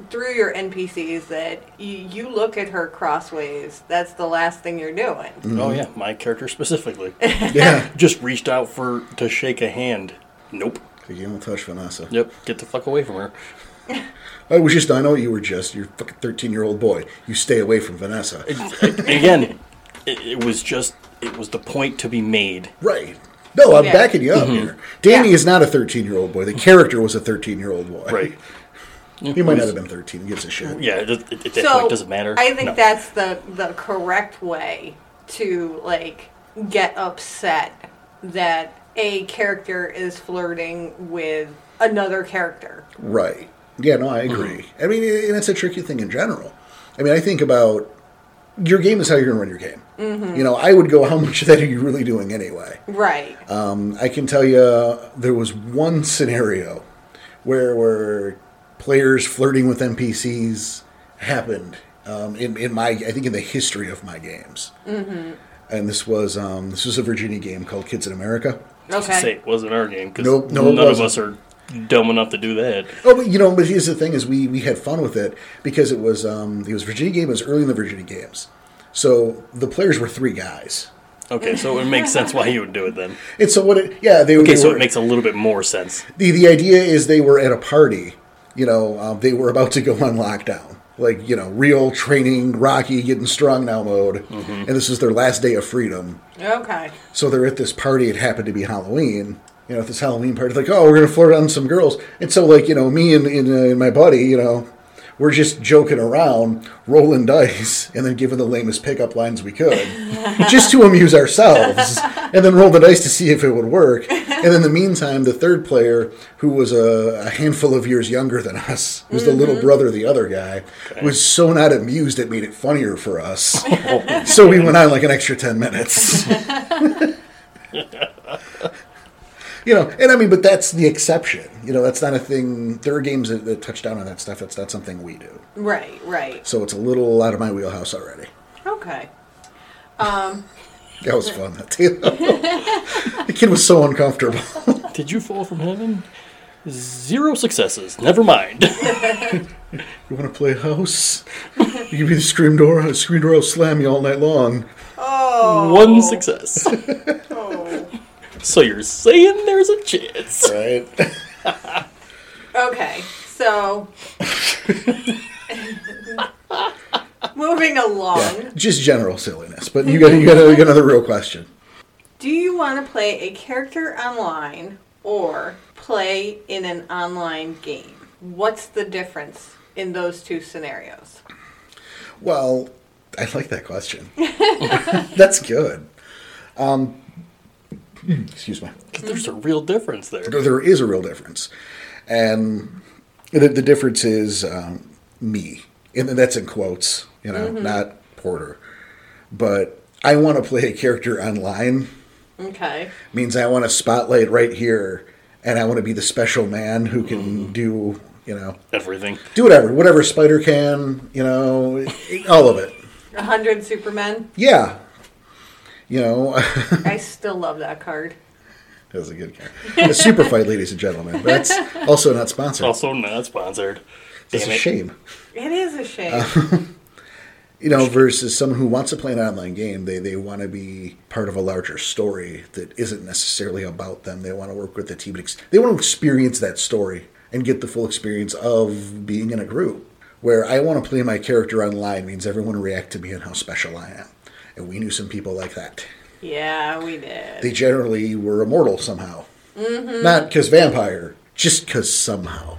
S2: through your NPCs that you, you look at her crossways. That's the last thing you're doing.
S3: Oh, yeah. My character specifically.
S1: Yeah.
S3: Just reached out for to shake a hand. Nope.
S1: you don't touch Vanessa.
S3: Yep. Get the fuck away from her.
S1: I was just, I know you were just, you're a fucking 13 year old boy. You stay away from Vanessa.
S3: Again, it, it was just, it was the point to be made.
S1: Right. No, I'm
S2: Yeah.
S1: backing you
S3: Mm-hmm.
S1: up here. Danny
S2: Yeah.
S1: is not a 13 year old boy. The character was a 13 year old boy.
S3: Right.
S1: He might not have been 13. He gives a shit.
S3: Yeah, it, it, at that
S2: so
S3: point, it doesn't matter.
S2: I think
S3: No.
S2: that's the, the correct way to, like, get upset that a character is flirting with another character.
S1: Right. Yeah, no, I agree. I mean, and it's a tricky thing in general. I mean, I think about your game is how you're going to run your game. You know, I would go, how much of that are you really doing anyway?
S2: Right.
S3: Uh,
S1: Um, I can tell you there was one scenario where, where players flirting with NPCs happened um, in, in my, I think in the history of my games. And this was um, this was a Virginia game called Kids in America.
S3: To say it wasn't our game because
S1: Nope, no, it
S3: none of
S1: wasn't.
S3: us are dumb enough to do that.
S1: Oh, but you know, but here's the thing: is we we had fun with it because it was um it was Virginia game. It was early in the Virginia games, so the players were three guys.
S3: Okay, so it makes sense why you would do it then.
S1: And so what? It, yeah, they.
S3: Okay,
S1: they
S3: so
S1: were,
S3: it makes a little bit more sense.
S1: the the idea is they were at a party. You know, um, they were about to go on lockdown. like you know real training rocky getting strong now mode
S3: Mm-hmm.
S1: and this is their last day of freedom
S2: Okay.
S1: so they're at this party it happened to be halloween you know at this halloween party like oh we're gonna flirt on some girls and so like you know me and, and, uh, and my buddy you know we're just joking around rolling dice and then giving the lamest pickup lines we could just to amuse ourselves and then roll the dice to see if it would work and in the meantime the third player who was a, a handful of years younger than us was the little brother of the other guy was so not amused it made it funnier for us so we went on like an extra 10 minutes you know and i mean but that's the exception you know that's not a thing there are games that, that touch down on that stuff that's not something we do
S2: Right, right.
S1: so it's a little out of my wheelhouse already
S2: Okay.
S1: that was fun that the kid was so uncomfortable
S3: Did you fall from heaven? Zero successes. Never mind.
S1: you want to play house you give me the screen door the screen door will slam you all night long
S2: Oh.
S3: One success.
S2: oh.
S3: So you're saying there's a chance.
S1: right
S2: Okay, so. Moving along.
S1: just general silliness but you got you got, a, you got another real question
S2: Do you want to play a character online or play in an online game? What's the difference in those two scenarios?
S1: Well, I like that question. That's good. Um, excuse me.
S3: 'Cause There's a real difference there.
S1: There, there is a real difference, and the, the difference is um, me, and that's in quotes. You know, not Porter, but I want to play a character online
S2: Okay.
S1: means I want to spotlight right here, and I want to be the special man who can do you know
S3: Everything.
S1: do whatever, whatever Spider can, you know, all of it.
S2: A 100 Supermen.
S1: Yeah, you know.
S2: I still love that card.
S1: That was a good game. A super fight, ladies and gentlemen. But that's also not sponsored.
S3: Also not sponsored.
S1: it's
S3: Damn
S1: a
S3: it.
S1: shame.
S2: It is a shame.
S1: You know, versus someone who wants to play an online game, they, they want to be part of a larger story that isn't necessarily about them. They want to work with the team. Ex- They want to experience that story and get the full experience of being in a group. Where I want to play my character online means everyone react to me and how special I am. And we knew some people like that.
S2: yeah, we did.
S1: They generally were immortal somehow. Not because vampire, just because somehow.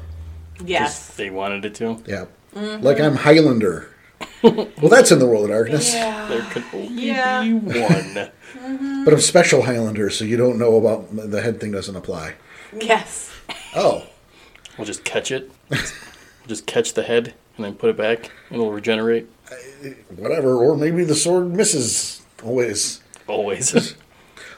S2: Yes.
S3: They wanted it to.
S1: Yeah. Like I'm Highlander. well, that's in the world of darkness.
S3: There could only
S2: Ah, Yeah.
S3: be one.
S1: But I'm special Highlander, so you don't know about the head thing doesn't apply.
S2: Yes.
S1: Oh,
S3: We'll just catch it. just catch the head and then put it back and it'll regenerate.
S1: whatever. Or maybe the sword misses always.
S3: Always.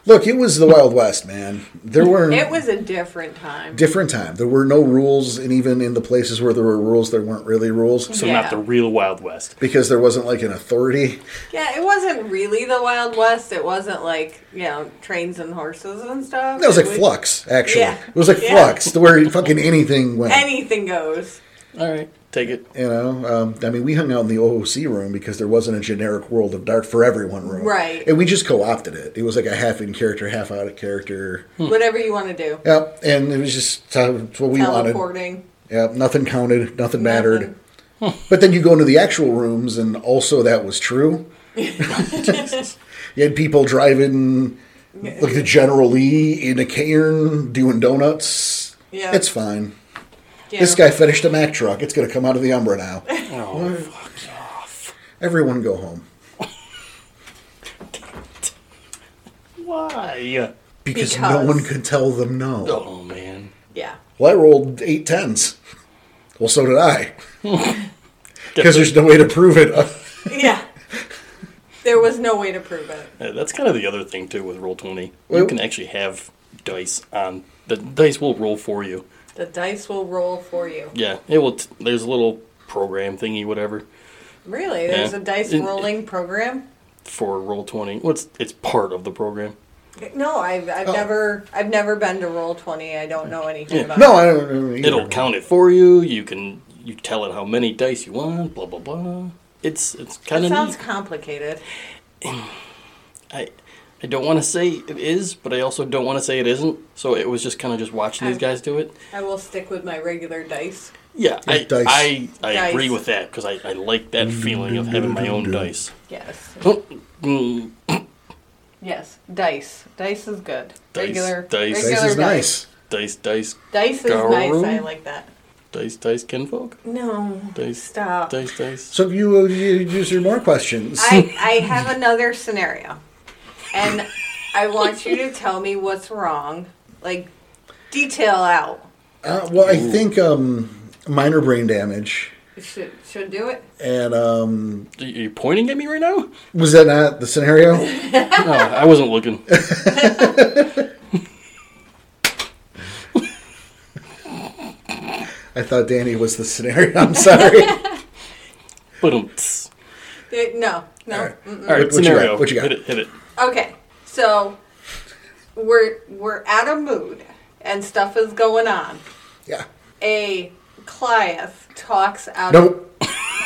S1: Look, it was the Wild West, man. There were
S2: It was a different time.
S1: different time. There were no rules, and even in the places where there were rules, there weren't really rules.
S3: So
S2: Yeah.
S3: not the real Wild West.
S1: because there wasn't like an authority.
S2: yeah, it wasn't really the Wild West. It wasn't like, you know, trains and horses and stuff.
S1: That was like
S2: was-
S1: Flux, actually.
S2: Yeah.
S1: It was like
S2: Yeah.
S1: Flux, to where fucking anything went.
S2: Anything goes.
S3: All right. Take it.
S1: you know, um, I mean, we hung out in the OOC room because there wasn't a generic world of dark for everyone room,
S2: Right.
S1: And we just co-opted it. It was like a half in character, half out of character.
S2: Whatever you want to do.
S1: Yep, and it was just uh, it's what we wanted.
S2: Teleporting.
S1: Yep, nothing counted, nothing mattered. But then you go into the actual rooms, and also that was true. you had people driving like the General Lee in a cairn doing donuts.
S2: Yeah.
S1: it's fine.
S2: Yeah.
S1: This guy finished a Mack truck. It's going to come out of the Umbra now.
S3: Oh, fuck.
S1: Everyone go home.
S3: Why?
S1: Because,
S2: Because.
S1: no one could tell them no.
S3: Oh, man.
S2: Yeah.
S1: Well, I rolled eight tens. Well, so did I. Because there's no way to prove it. Uh,
S2: Yeah. There was no way to prove it.
S3: Yeah, that's kind of the other thing, too, with Roll20.
S1: Well-
S3: You can actually have dice on. The dice will roll for you.
S2: The dice will roll for you.
S3: Yeah. It will. T- there's a little program thingy, whatever,
S2: Really? There's
S3: Yeah.
S2: a dice
S3: It-
S2: rolling program?
S3: for Roll20. What's it's part of the program.
S2: No, I've, I've
S1: Oh.
S2: never I've never been to roll twenty. I don't know anything about
S1: no, I don't know. either.
S3: It'll count it for you. You can you tell it how many dice you want. Blah blah blah. It's it's
S2: it.
S3: kind
S2: It
S3: of
S2: sounds
S3: neat.
S2: complicated.
S3: I I don't want to say it is, but I also don't want to say it isn't. So it was just kind of just watching these
S2: I-
S3: guys do it.
S2: I will stick with my regular dice.
S3: Yeah, I,
S1: Like dice.
S3: I, I
S2: Dice.
S3: agree with that because I, I like that feeling of having my own dice.
S2: Yes.
S3: Mm,
S2: Yes. Dice. Dice is good.
S3: Dice,
S2: regular
S3: dice.
S1: Dice
S2: regular
S1: is nice.
S3: dice, dice,
S2: Dice is nice. I
S3: Garum?
S2: like that.
S3: dice, dice, kinfolk.
S2: No.
S3: Dice,
S2: Stop.
S3: dice, dice.
S1: So you, you use your more questions.
S2: I, I have another scenario. And I want you to tell me what's wrong. Like, detail out.
S1: Uh, well, I think um, minor brain damage.
S2: Should, should do it?
S1: And um,
S3: Are you pointing at me right now?
S1: was that not the scenario?
S3: No, I wasn't looking.
S1: I thought Danny was the scenario. I'm sorry.
S3: But um, tss.
S2: Eh, No. No.
S1: All right.
S3: all right,
S1: Mm-hmm. What- what you got?
S3: scenario.
S1: What you got?
S3: Hit it. Hit it.
S2: Okay, so we're we're at a mood and stuff is going on.
S1: yeah.
S2: A Clias talks out of
S1: Nope.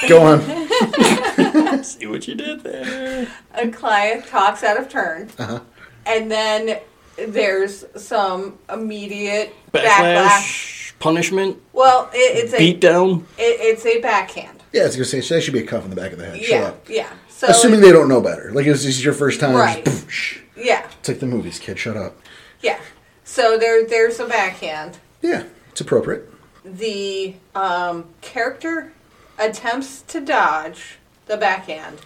S1: Go on.
S3: See what you did there.
S2: a Clias talks out of turn,
S1: Uh-huh.
S2: and then there's some immediate backlash.
S3: Backlash, punishment,
S2: Well, it, it's a
S3: beat
S2: it,
S3: down.
S2: it's a backhand.
S1: Yeah, I was gonna say that should be a cuff in the back of the head. Shut
S2: yeah,
S1: up.
S2: yeah. So
S1: Assuming
S2: it-
S1: they don't know better. Like it was, this is your first time.
S2: Right.
S1: Just, poof, shh.
S2: yeah,
S1: It's like the movies, kid. Shut up.
S2: yeah. So there there's a backhand.
S1: Yeah, it's appropriate.
S2: the um, character attempts to dodge the backhand,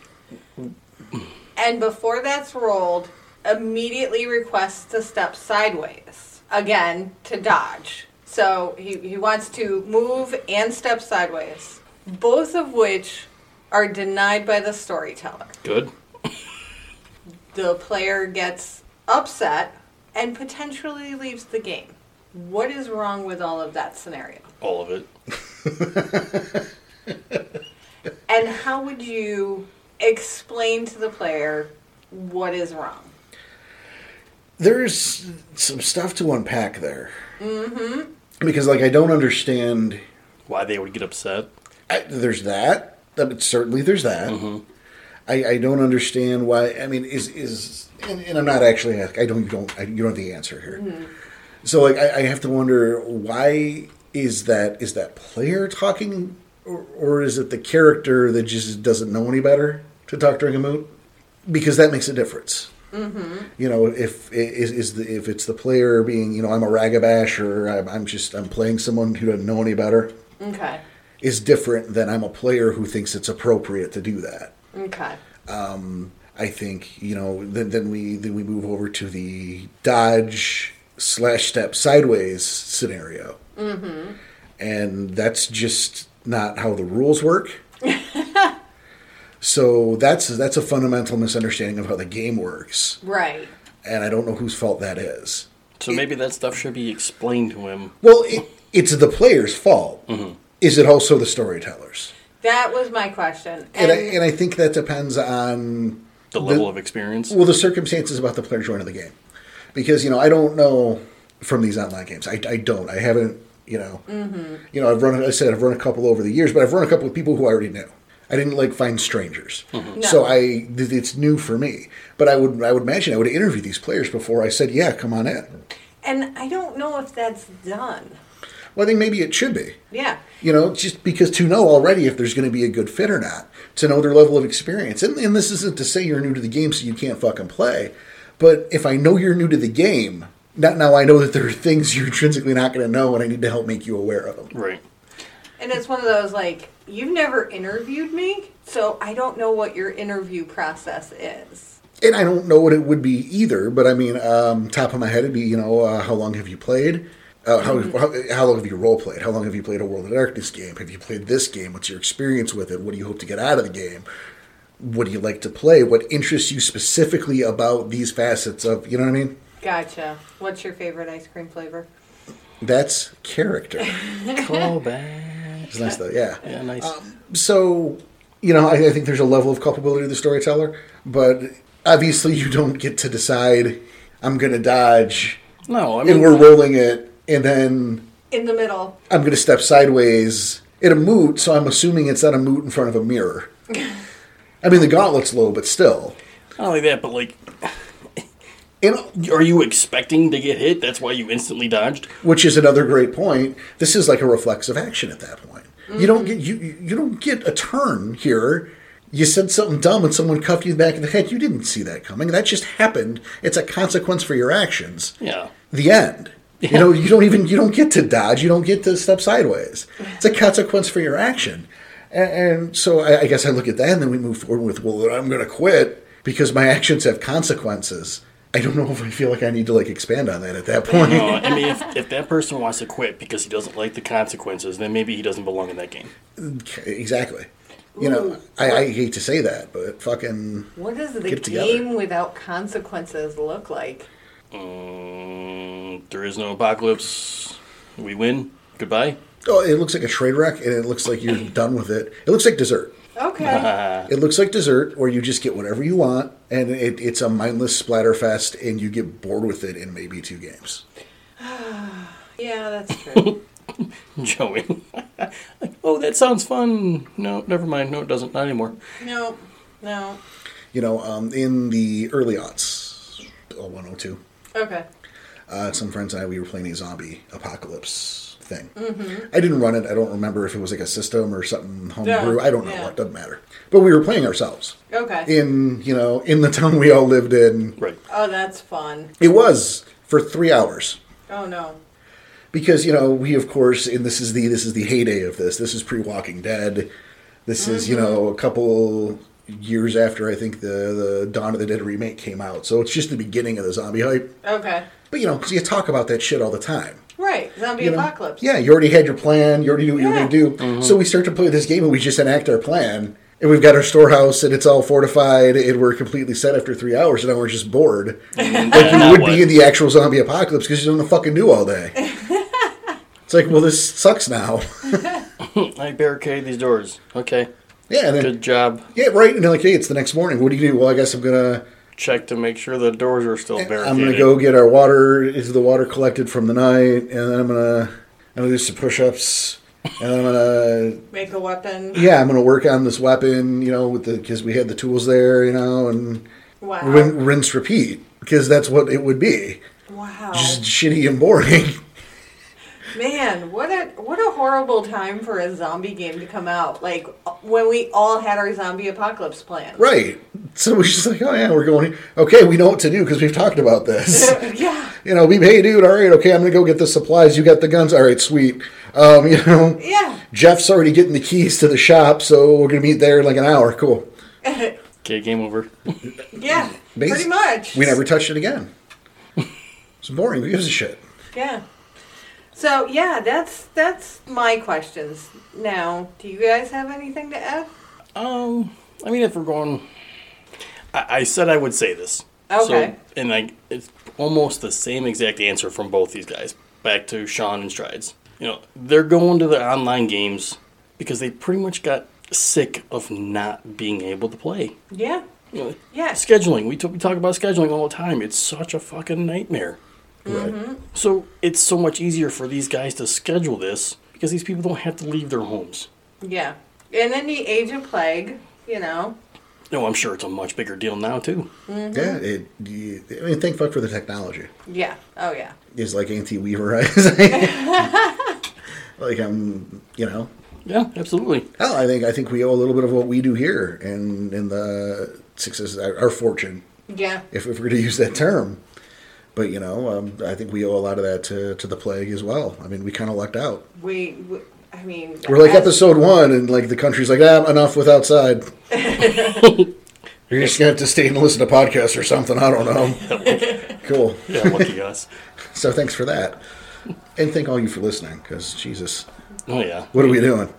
S2: and before that's rolled, immediately requests to step sideways again to dodge. So he, he wants to move and step sideways, both of which are denied by the storyteller.
S3: Good.
S2: The player gets upset and potentially leaves the game. What is wrong with all of that scenario?
S3: All of it.
S2: And how would you explain to the player what is wrong?
S1: There's some stuff to unpack there. Mm-hmm. Because like I don't understand.
S3: Why they would get upset.
S1: I, there's that. I mean, certainly, there's that. I, I don't understand why. I mean, is is and, and I'm not actually. I don't. You don't. I, you don't have the answer here. So like, I, I have to wonder why is that? Is that player talking, or, or is it the character that just doesn't know any better to talk during a moot? Because that makes a difference. You know, if i- is, is the if it's the player being, you know, I'm a ragabash or I'm, I'm just I'm playing someone who doesn't know any better
S2: Okay.
S1: is different than I'm a player who thinks it's appropriate to do that.
S2: Okay.
S1: I think you know then then we then we move over to the dodge slash step sideways scenario, mm-hmm. and that's just not how the rules work. so that's that's a fundamental misunderstanding of how the game works,
S2: Right.
S1: and I don't know whose fault that is.
S3: So maybe that stuff should be explained to him.
S1: Well, it, it's the player's fault. Is it also the storyteller's?
S2: That was my question.
S1: And,
S2: And,
S1: I, and I think that depends on
S3: The level of experience.
S1: Well, the circumstances about the player joining the game, because you know I don't know from these online games. I, I don't. I haven't. You know. You know I've run. I said I've run a couple over the years, but I've run a couple of people who I already knew. I didn't like find strangers, so
S2: No.
S1: I th- it's new for me. But I would I would imagine I would interview these players before I said yeah, come on in.
S2: and I don't know if that's done.
S1: Well, I think maybe it should be.
S2: Yeah.
S1: You know, just because to know already if there's going to be a good fit or not, to know their level of experience. And, and this isn't to say you're new to the game so you can't fucking play, but if I know you're new to the game, not now I know that there are things you're intrinsically not going to know and I need to help make you aware of them.
S3: right.
S2: And it's one of those like, you've never interviewed me, so I don't know what your interview process is.
S1: And I don't know what it would be either, but I mean, um, top of my head, it'd be, you know, uh, how long have you played? Uh, how, how, how long have you role played? How long have you played a World of Darkness game? Have you played this game? What's your experience with it? What do you hope to get out of the game? What do you like to play? What interests you specifically about these facets of, you know what I mean?
S2: Gotcha. What's your favorite ice cream flavor?
S1: That's character.
S3: Call back.
S1: It's nice though, yeah.
S3: Yeah, nice.
S1: Um, So, you know, I, I think there's a level of culpability to the storyteller, but obviously you don't get to decide, I'm going to dodge.
S3: no, I mean,
S1: and we're rolling it, and then
S2: In the middle.
S1: I'm going to step sideways in a moot, so I'm assuming it's not a moot in front of a mirror. I mean, the gauntlet's low, but still.
S3: not only that, but like,
S1: And
S3: Are you expecting to get hit? That's why you instantly dodged.
S1: which is another great point. This is like a reflexive action at that point. You don't get you you don't get a turn here. You said something dumb and someone cuffed you in the back of the head. You didn't see that coming. That just happened. It's a consequence for your actions.
S3: Yeah.
S1: The end. You know, you don't even you don't get to dodge. You don't get to step sideways. It's a consequence for your action. And, and so I, I guess I look at that and then we move forward with well, then I'm going to quit because my actions have consequences. I don't know if I feel like I need to like expand on that at that point.
S3: No, Uh, I mean, if, if that person wants to quit because he doesn't like the consequences, then maybe he doesn't belong in that game.
S1: Exactly. You know, I, I hate to say that, but fucking
S2: What does the
S1: Get together.
S2: game without consequences look like?
S3: Um, there is no apocalypse. We win. Goodbye.
S1: oh, it looks like a trade wreck, and it looks like you're done with it. It looks like dessert.
S2: Okay.
S1: It looks like dessert, where you just get whatever you want, and it, it's a mindless splatterfest, and you get bored with it in maybe two games.
S2: yeah, that's true.
S3: Joey. like, oh, that sounds fun. No, never mind. No, it doesn't. Not anymore.
S2: no, no.
S1: You know, um, in the early aughts, oh, 0102,
S2: Okay.
S1: uh, some friends and I, we were playing a zombie apocalypse thing.
S2: Mm-hmm.
S1: I didn't run it. I don't remember if it was like a system or something homebrew.
S2: Yeah,
S1: I don't know.
S2: yeah.
S1: It doesn't matter. But we were playing ourselves.
S2: Okay.
S1: in you know in the town we all lived in
S3: Right.
S2: Oh, that's fun.
S1: it was for three hours
S2: Oh no.
S1: because you know we of course and this is the this is the heyday of this this is pre walking dead this is you know a couple years after i think the the dawn of the dead remake came out so it's just the beginning of the zombie hype
S2: Okay.
S1: but you know 'cause you talk about that shit all the time
S2: Right. Zombie
S1: you know?
S2: apocalypse.
S1: Yeah, you already had your plan. You already knew what you were
S2: Yeah.
S1: going to do. So we start to play this game, and we just enact our plan. And we've got our storehouse, and it's all fortified, and we're completely set after three hours, and now we're just bored. like you
S3: Now
S1: would
S3: what?
S1: be in the actual zombie apocalypse because you're on the fucking new all day. it's like, well, this sucks now.
S3: I barricade these doors. Okay.
S1: yeah, and
S3: Good
S1: then,
S3: job.
S1: yeah, right. And they're like, hey, it's the next morning. What do you do? Well, I guess I'm gonna
S3: Check to make sure the doors are still barricaded.
S1: I'm gonna go get our water. Is the water collected from the night? And then I'm gonna I'm gonna do some push-ups, and I'm gonna
S2: Make a weapon.
S1: yeah, I'm gonna work on this weapon, you know, with the because we had the tools there, you know, and
S2: Wow.
S1: rin- rinse, repeat, because that's what it would be,
S2: wow.
S1: just shitty and boring.
S2: Man, what a what a horrible time for a zombie game to come out. Like when we all had our zombie apocalypse plan.
S1: right. So we're just like, oh yeah, we're going. Okay, we know what to do because we've talked about this.
S2: yeah.
S1: you know, we hey dude, all right, okay, I'm gonna go get the supplies. You got the guns, all right, sweet. Um, you know,
S2: Yeah.
S1: Jeff's already getting the keys to the shop, so we're gonna meet there in like an hour. Cool.
S3: Okay, game over.
S2: Yeah.
S1: Basi-
S2: Pretty much.
S1: We never touched it again. it's boring. Who gives a shit?
S2: Yeah. So yeah, that's that's my questions. Now, do you guys have anything to add?
S3: Um, I mean, if we're going, I, I said I would say this.
S2: Okay.
S3: So, and I, it's almost the same exact answer from both these guys. Back to Sean and Strides. You know, they're going to the online games because they pretty much got sick of not being able to play.
S2: Yeah.
S3: You know,
S2: Yeah.
S3: scheduling. We, t- we talk about scheduling all the time. It's such a fucking nightmare.
S2: Mm-hmm.
S1: Right.
S3: So it's so much easier for these guys to schedule this because these people don't have to leave their homes.
S2: Yeah. And then the Age of Plague, you know.
S3: No, I'm sure it's a much bigger deal now too.
S2: Mm-hmm.
S1: Yeah, it, you, I mean, thank fuck for the technology.
S2: Yeah. Oh yeah.
S1: Is like anti Weaver, right? like I'm, you know,
S3: Yeah, absolutely.
S1: hell, I think I think we owe a little bit of what we do here and in the success, our our fortune,
S2: Yeah.
S1: if, if we're to use that term. But you know, um, I think we owe a lot of that to, to the plague as well. I mean, we kind of lucked out.
S2: We, we I mean
S1: We're like
S2: as-
S1: episode one, and like the country's like, ah, enough with outside. You're just gonna have to stay and listen to podcasts or something. I don't know. cool.
S3: Yeah, lucky us.
S1: So thanks for that. And thank all you for listening, because Jesus,
S3: Oh yeah,
S1: what are we doing?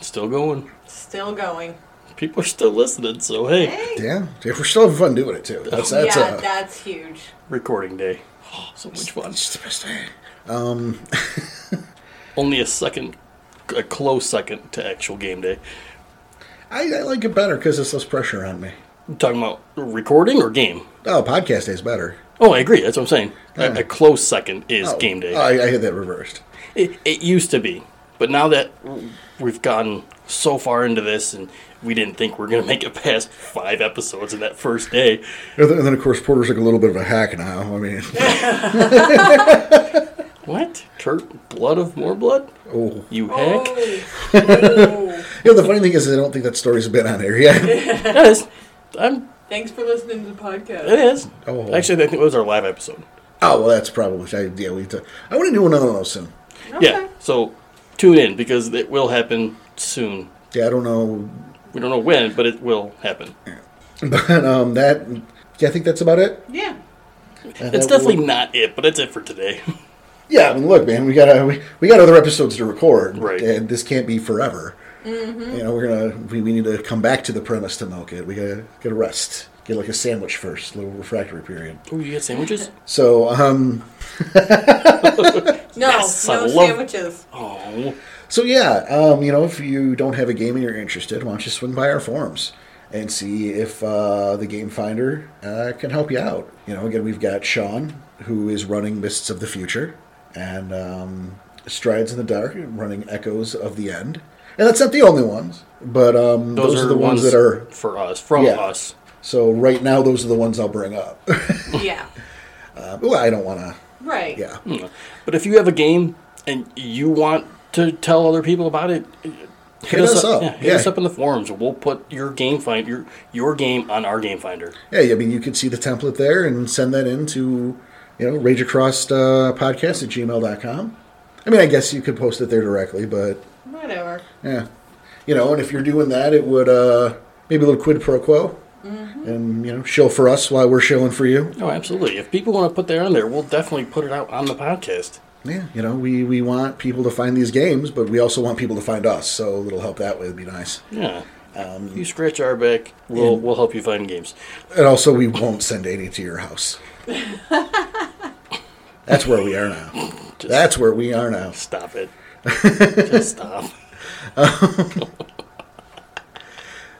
S3: still going.
S2: still going.
S3: People are still listening. So hey,
S2: Hey.
S1: yeah, dude, we're still having fun doing it too. That's that's,
S2: yeah,
S1: uh,
S2: that's huge.
S3: recording day. Oh, so much fun.
S1: it's the best thing.
S3: Only a second, a close second to actual game day.
S1: I, I like it better because it's less pressure on me.
S3: You talking about recording or game?
S1: Oh, podcast day is better.
S3: Oh, I agree. That's what I'm saying.
S1: Yeah.
S3: A, a close second is
S1: Oh,
S3: game day.
S1: I, I had that reversed.
S3: It, it used to be, but now that we've gotten so far into this, and we didn't think we are going to make it past five episodes in that first day.
S1: And then, and then, of course, Porter's like a little bit of a hack now. I mean,
S3: What? Kurt, blood of more blood?
S1: oh.
S3: You heck?
S2: Oh.
S1: You know, the funny thing is, I don't think that story's been on air yet.
S3: It is. I'm,
S2: Thanks for listening to the
S3: it
S2: podcast.
S3: is.
S1: Oh.
S3: Actually, I think it was our live episode.
S1: oh, well, that's probably. I, yeah, we. T- I want to do another one of those soon.
S3: Yeah. So tune in because it will happen soon.
S1: Yeah, I don't know,
S3: We don't know when, but it will happen.
S1: but um, that. Yeah, I think that's about it.
S2: Yeah.
S1: And
S3: It's
S1: that will-
S3: definitely not it, but it's it for today.
S1: Yeah, I mean, look, man, we got we, we got other episodes to record,
S3: Right.
S1: And this can't be forever. You know, we're gonna we, we need to come back to the premise to milk it. We gotta get a rest, get like a sandwich first, little refractory period.
S3: Ooh, you got sandwiches?
S1: So, um,
S2: No,
S3: Yes, I
S2: no
S3: love-
S2: sandwiches.
S3: Oh,
S1: so yeah, um, you know, if you don't have a game and you're interested, why don't you swing by our forums and see if uh, the Game Finder uh, can help you out. You know, again, we've got Sean who is running Mists of the Future and um, Strides in the Dark, running Echoes of the End, and that's not the only ones, but um, those, are, the ones, that are.
S3: for us, from
S1: Yeah.
S3: us.
S1: So right now, those are the ones I'll bring up. uh,
S2: yeah.
S1: well, I don't want to.
S2: Right.
S1: Yeah.
S3: Hmm. But if you have a game and you want to tell other people about it, uh, hit
S1: us up.
S3: Yeah, hit
S1: Yeah.
S3: us up in the forums. We'll put your game find your your game on our game finder.
S1: Yeah, I mean, you could see the template there and send that in to, you know, rageacross uh, podcast at gmail.com. I mean, I guess you could post it there directly, but
S2: Whatever.
S1: yeah. You know, and if you're doing that, it would uh, maybe a little quid pro quo and, you know, shill for us while we're shilling for you.
S3: No, absolutely. If people want to put that on there, we'll definitely put it out on the podcast.
S1: Yeah, you know, we, we want people to find these games, but we also want people to find us, so a little help that way would be nice.
S3: Yeah. you scratch our back, we'll we'll help you find games.
S1: And also, we won't send 80 to your house. That's where we are now. That's where we are now.
S3: Stop it. Just stop.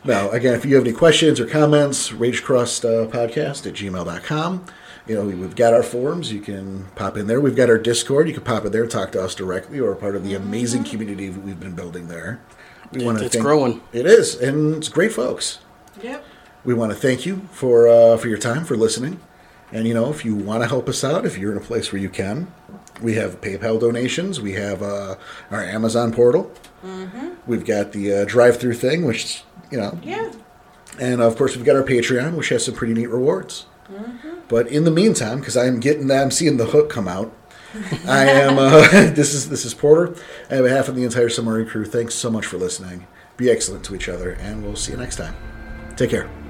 S1: Now, again, if you have any questions or comments, ragecrust uh, podcast at gmail.com. You know, we've got our forums. You can pop in there. We've got our Discord. You can pop in there, talk to us directly, or part of the amazing community we've been building there. We want
S3: it's growing.
S1: It is, and it's great, folks.
S2: Yep.
S1: We want to thank you for uh, for your time, for listening. And, you know, if you want to help us out, if you're in a place where you can, we have PayPal donations. We have uh, our Amazon portal. We've got the uh, drive through thing, which, you know,
S2: Yeah.
S1: and of course, we've got our Patreon, which has some pretty neat rewards. But in the meantime, because I'm getting, I'm seeing the hook come out. I am. Uh, this is this is Porter. And on behalf of the entire submarine crew, thanks so much for listening. Be excellent to each other, and we'll see you next time. Take care.